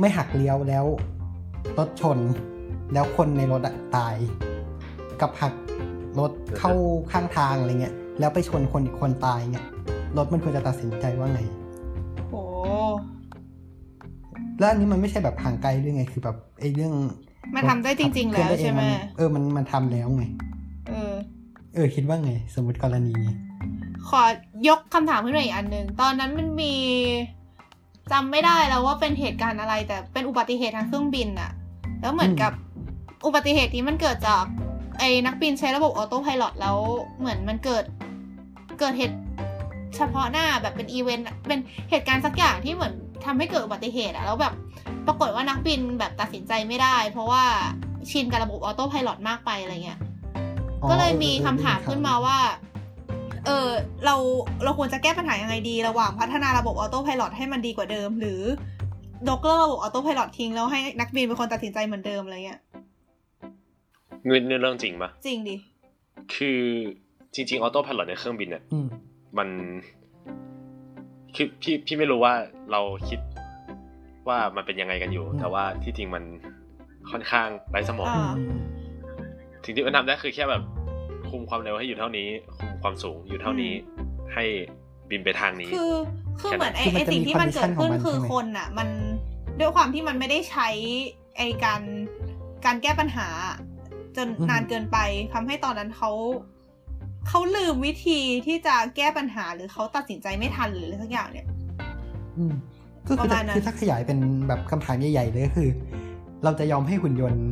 Speaker 2: ไม่หักเลี้ยวแล้วรถชน แล้วคนในรถอะตาย กับหักรถเข้าข้างทางอะไรเงี้ย แล้วไปชนคนอีกคนตายเงี้ยรถมันควรจะตัดสินใจว่าไง
Speaker 1: โอ้
Speaker 2: แล้วอันนี้มันไม่ใช่แบบห่างไกลด้วยไง คือแบบไอ้เรื่อง
Speaker 1: มันทำได้จริง ๆ
Speaker 2: ขับ
Speaker 1: แล้ว
Speaker 2: เคอ
Speaker 1: ใช่
Speaker 2: น
Speaker 1: ไหม
Speaker 2: ด้เองนเออมันมันทำแล้วไง
Speaker 1: เออ
Speaker 2: เออคิดว่าไง สมมติกรณีนี้
Speaker 1: ขอยกคำถามขึ้นมาอีกอันหนึ่ง ตอนนั้นมันมีจำไม่ได้แล้วว่าเป็นเหตุการณ์อะไร แต่เป็นอุบัติเหตุทางเครื่องบินอะแล้วเหมือนกับอุบัติเหตุนี้มันเกิดจาก ไอ้นักบินใช้ระบบออโต้ไพายโลดแล้วเหมือนมันเกิดเกิดเหตุเฉพาะหน้าแบบเป็นอีเวนต์เป็นเหตุการณ์สักอย่างที่เหมือนทำให้เกิดอุบัติเหตุอะแล้วแบบปรากฏว่านักบินแบบตัดสินใจไม่ได้ เพราะว่าชินกับระบบออโต้ไพายโลดมากไปอะไรเงี้ย
Speaker 2: อ๋อ
Speaker 1: ก็เลยมี
Speaker 2: ออ
Speaker 1: คำถามขึ้นมาว่า เออเราเราควรจะแก้ปัญหายังไงดี ระหว่างพัฒนาระบบออโต้พายโให้มันดีกว่าเดิม หรือดกเลิกระบบออโต้พายโทิ้งแล้วให้นักบินเป็นคนตัดสินใจเหมือนเดิมอะไรเงี้ย
Speaker 4: เงินเรื่องจริงปะ
Speaker 1: จริงดิ
Speaker 4: คือจริงๆออโต้พายโในเครื่องบินเนี่ย
Speaker 2: อืม
Speaker 4: มันคือพี่พี่ไม่รู้ว่าเราคิดว่ามันเป็นยังไงกันอยู่ แต่ว่าที่จริงมันค่อนข้างไร้สมอง
Speaker 1: อ่า
Speaker 4: สิ่งที่มันทำได้คือแค่แบบคุมความเร็วให้อยู่เท่านี้ คุมความสูงอยู่เท่านี้ ให้บินไปทางนี้
Speaker 1: คือคือเหมือนไอ
Speaker 2: คือมั
Speaker 1: ไอน
Speaker 2: จะ
Speaker 1: สิ่ง
Speaker 2: มี
Speaker 1: ที่
Speaker 2: คอ
Speaker 1: มัน
Speaker 2: ดิ
Speaker 1: เกิ
Speaker 2: ชั
Speaker 1: ด
Speaker 2: นของ
Speaker 1: ขึ้น
Speaker 2: มัน
Speaker 1: คื
Speaker 2: ใช่
Speaker 1: อ
Speaker 2: ไหม
Speaker 1: คนอ่ะ มันด้วยความที่มันไม่ได้ใช้ไอการการแก้ปัญหา จนนานเกินไปทำให้ตอนนั้นเขาเขาลืมวิธีที่จะแก้ปัญหาหรือเขาตัดสินใจไม่ทันหรืออะไรสักอย่างเนี่ย
Speaker 2: อืมก็คือ
Speaker 1: ประมาณนั้น
Speaker 2: คือถ้าขยายเป็นแบบคำถามใหญ่ ๆ เลยก็คือ เราจะยอมให้หุ่นยนต์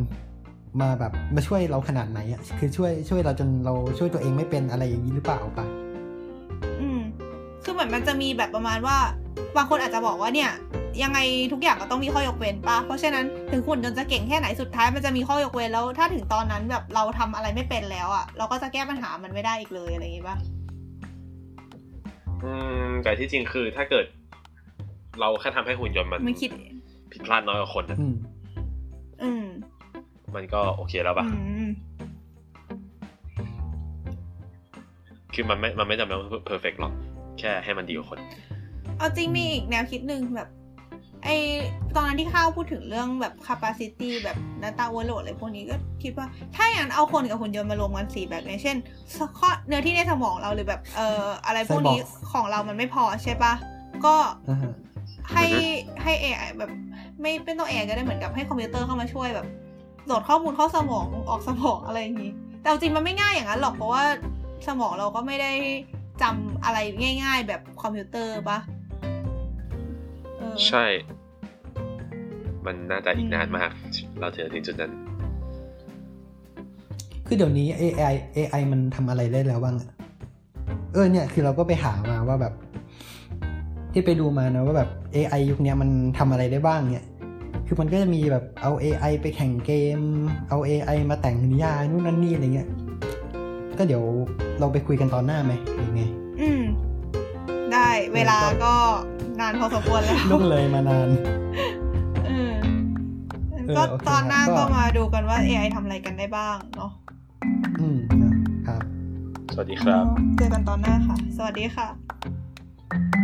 Speaker 2: มาแบบมาช่วยเราขนาดไหนอ่ะคือช่วยช่วยเราจนเราช่วยตัวเองไม่เป็นอะไรอย่างนี้หรือเปล่าปะ
Speaker 1: อืม คือเหมือนมันจะมีแบบประมาณว่าบางคนอาจจะบอกว่าเนี่ย ยังไงทุกอย่างก็ต้องมีข้อยกเว้นป่ะ เพราะฉะนั้นถึงหุ่นยนต์จะเก่งแค่ไหนสุดท้ายมันจะมีข้อยกเว้นแล้ว ถ้าถึงตอนนั้นแบบเราทำอะไรไม่เป็นแล้วอะ่ะ เราก็จะแก้ปัญหามันไม่ได้อีกเลยอะไรอย่างงี้ป่ะ
Speaker 4: อืมแต่ที่จริงคือถ้าเกิด เราแค่ทำให้หุ่นยนต์มัน
Speaker 1: มันคิด
Speaker 4: ผิดพลาดน้อยกว่าคนน่ะ
Speaker 2: อืม
Speaker 1: อืม
Speaker 4: มันก็โอเคแล้วปะ
Speaker 1: อืม
Speaker 4: คือมันไม่มันไม่จำเป็นต้องเพอร์เฟกหรอกแค่ให้มันดีกว่าคน
Speaker 1: เอาจริงมีอีกแนวคิดหนึ่งแบบ ไอตอนนั้นที่ข้าวพูดถึงเรื่องแบบ capacity แบบ data overload อะไรพวกนี้ก็คิดว่า ถ้าอย่างนั้นเอาคนกับหุ่นยนต์มารวมกันสี่แบบอย่างเช่นข้อเนื้อที่ในสมองเราหรือแบบเอ่ออะไรพวกนี้
Speaker 2: Cyborg
Speaker 1: ของเรามันไม่พอใช่ปะก็
Speaker 2: อ่าฮะ
Speaker 1: ให้
Speaker 4: อือฮึ
Speaker 1: ให้ AI แบบ ไม่เป็นตัว AI ก็ได้เหมือนกับให้คอมพิวเตอร์เข้ามาช่วยแบบโหลดข้อมูลเข้าสมองออกสมองอะไรอย่างนี้ แต่เอาจริงมันไม่ง่ายอย่างนั้นหรอกเพราะว่าสมองเราก็ไม่ได้จำอะไรง่าย ๆ แบบคอมพิวเตอร์ปะเออ
Speaker 4: ใช่ มันน่าจะอีกนานมาก เราถึงจะถึงจุดนั้น
Speaker 2: คือเดี๋ยวนี้ AI AI มันทำอะไรได้แล้วบ้างอะเออเนี่ยคือเราก็ไปหามาว่าแบบ ที่ไปดูมานะว่าแบบ AI ยุคเนี้ยมันทำอะไรได้บ้างเนี่ย คือมันก็จะมีแบบเอา AI ไปแข่งเกม เอา AI มาแต่งนิยายนู่นนั่นนี่อะไรเงี้ย ก็เดี๋ยวเราไปคุยกันตอนหน้าไหมหรือไง
Speaker 1: อืม ได้เวลาก็นานพอสมควรแล้ว
Speaker 2: ล่วงเลยมานาน
Speaker 1: เออเอ
Speaker 2: เออ
Speaker 1: ก็
Speaker 2: โอเค
Speaker 1: ตอนหน้า
Speaker 2: ครับก็
Speaker 1: ก็มาดูกันว่า AI ทำอะไรกันได้บ้างเนาะ
Speaker 2: อืมครับ
Speaker 4: สวัสดีครับ
Speaker 1: เจอกันตอนหน้าค่ะ สวัสดีค่ะ
Speaker 3: ส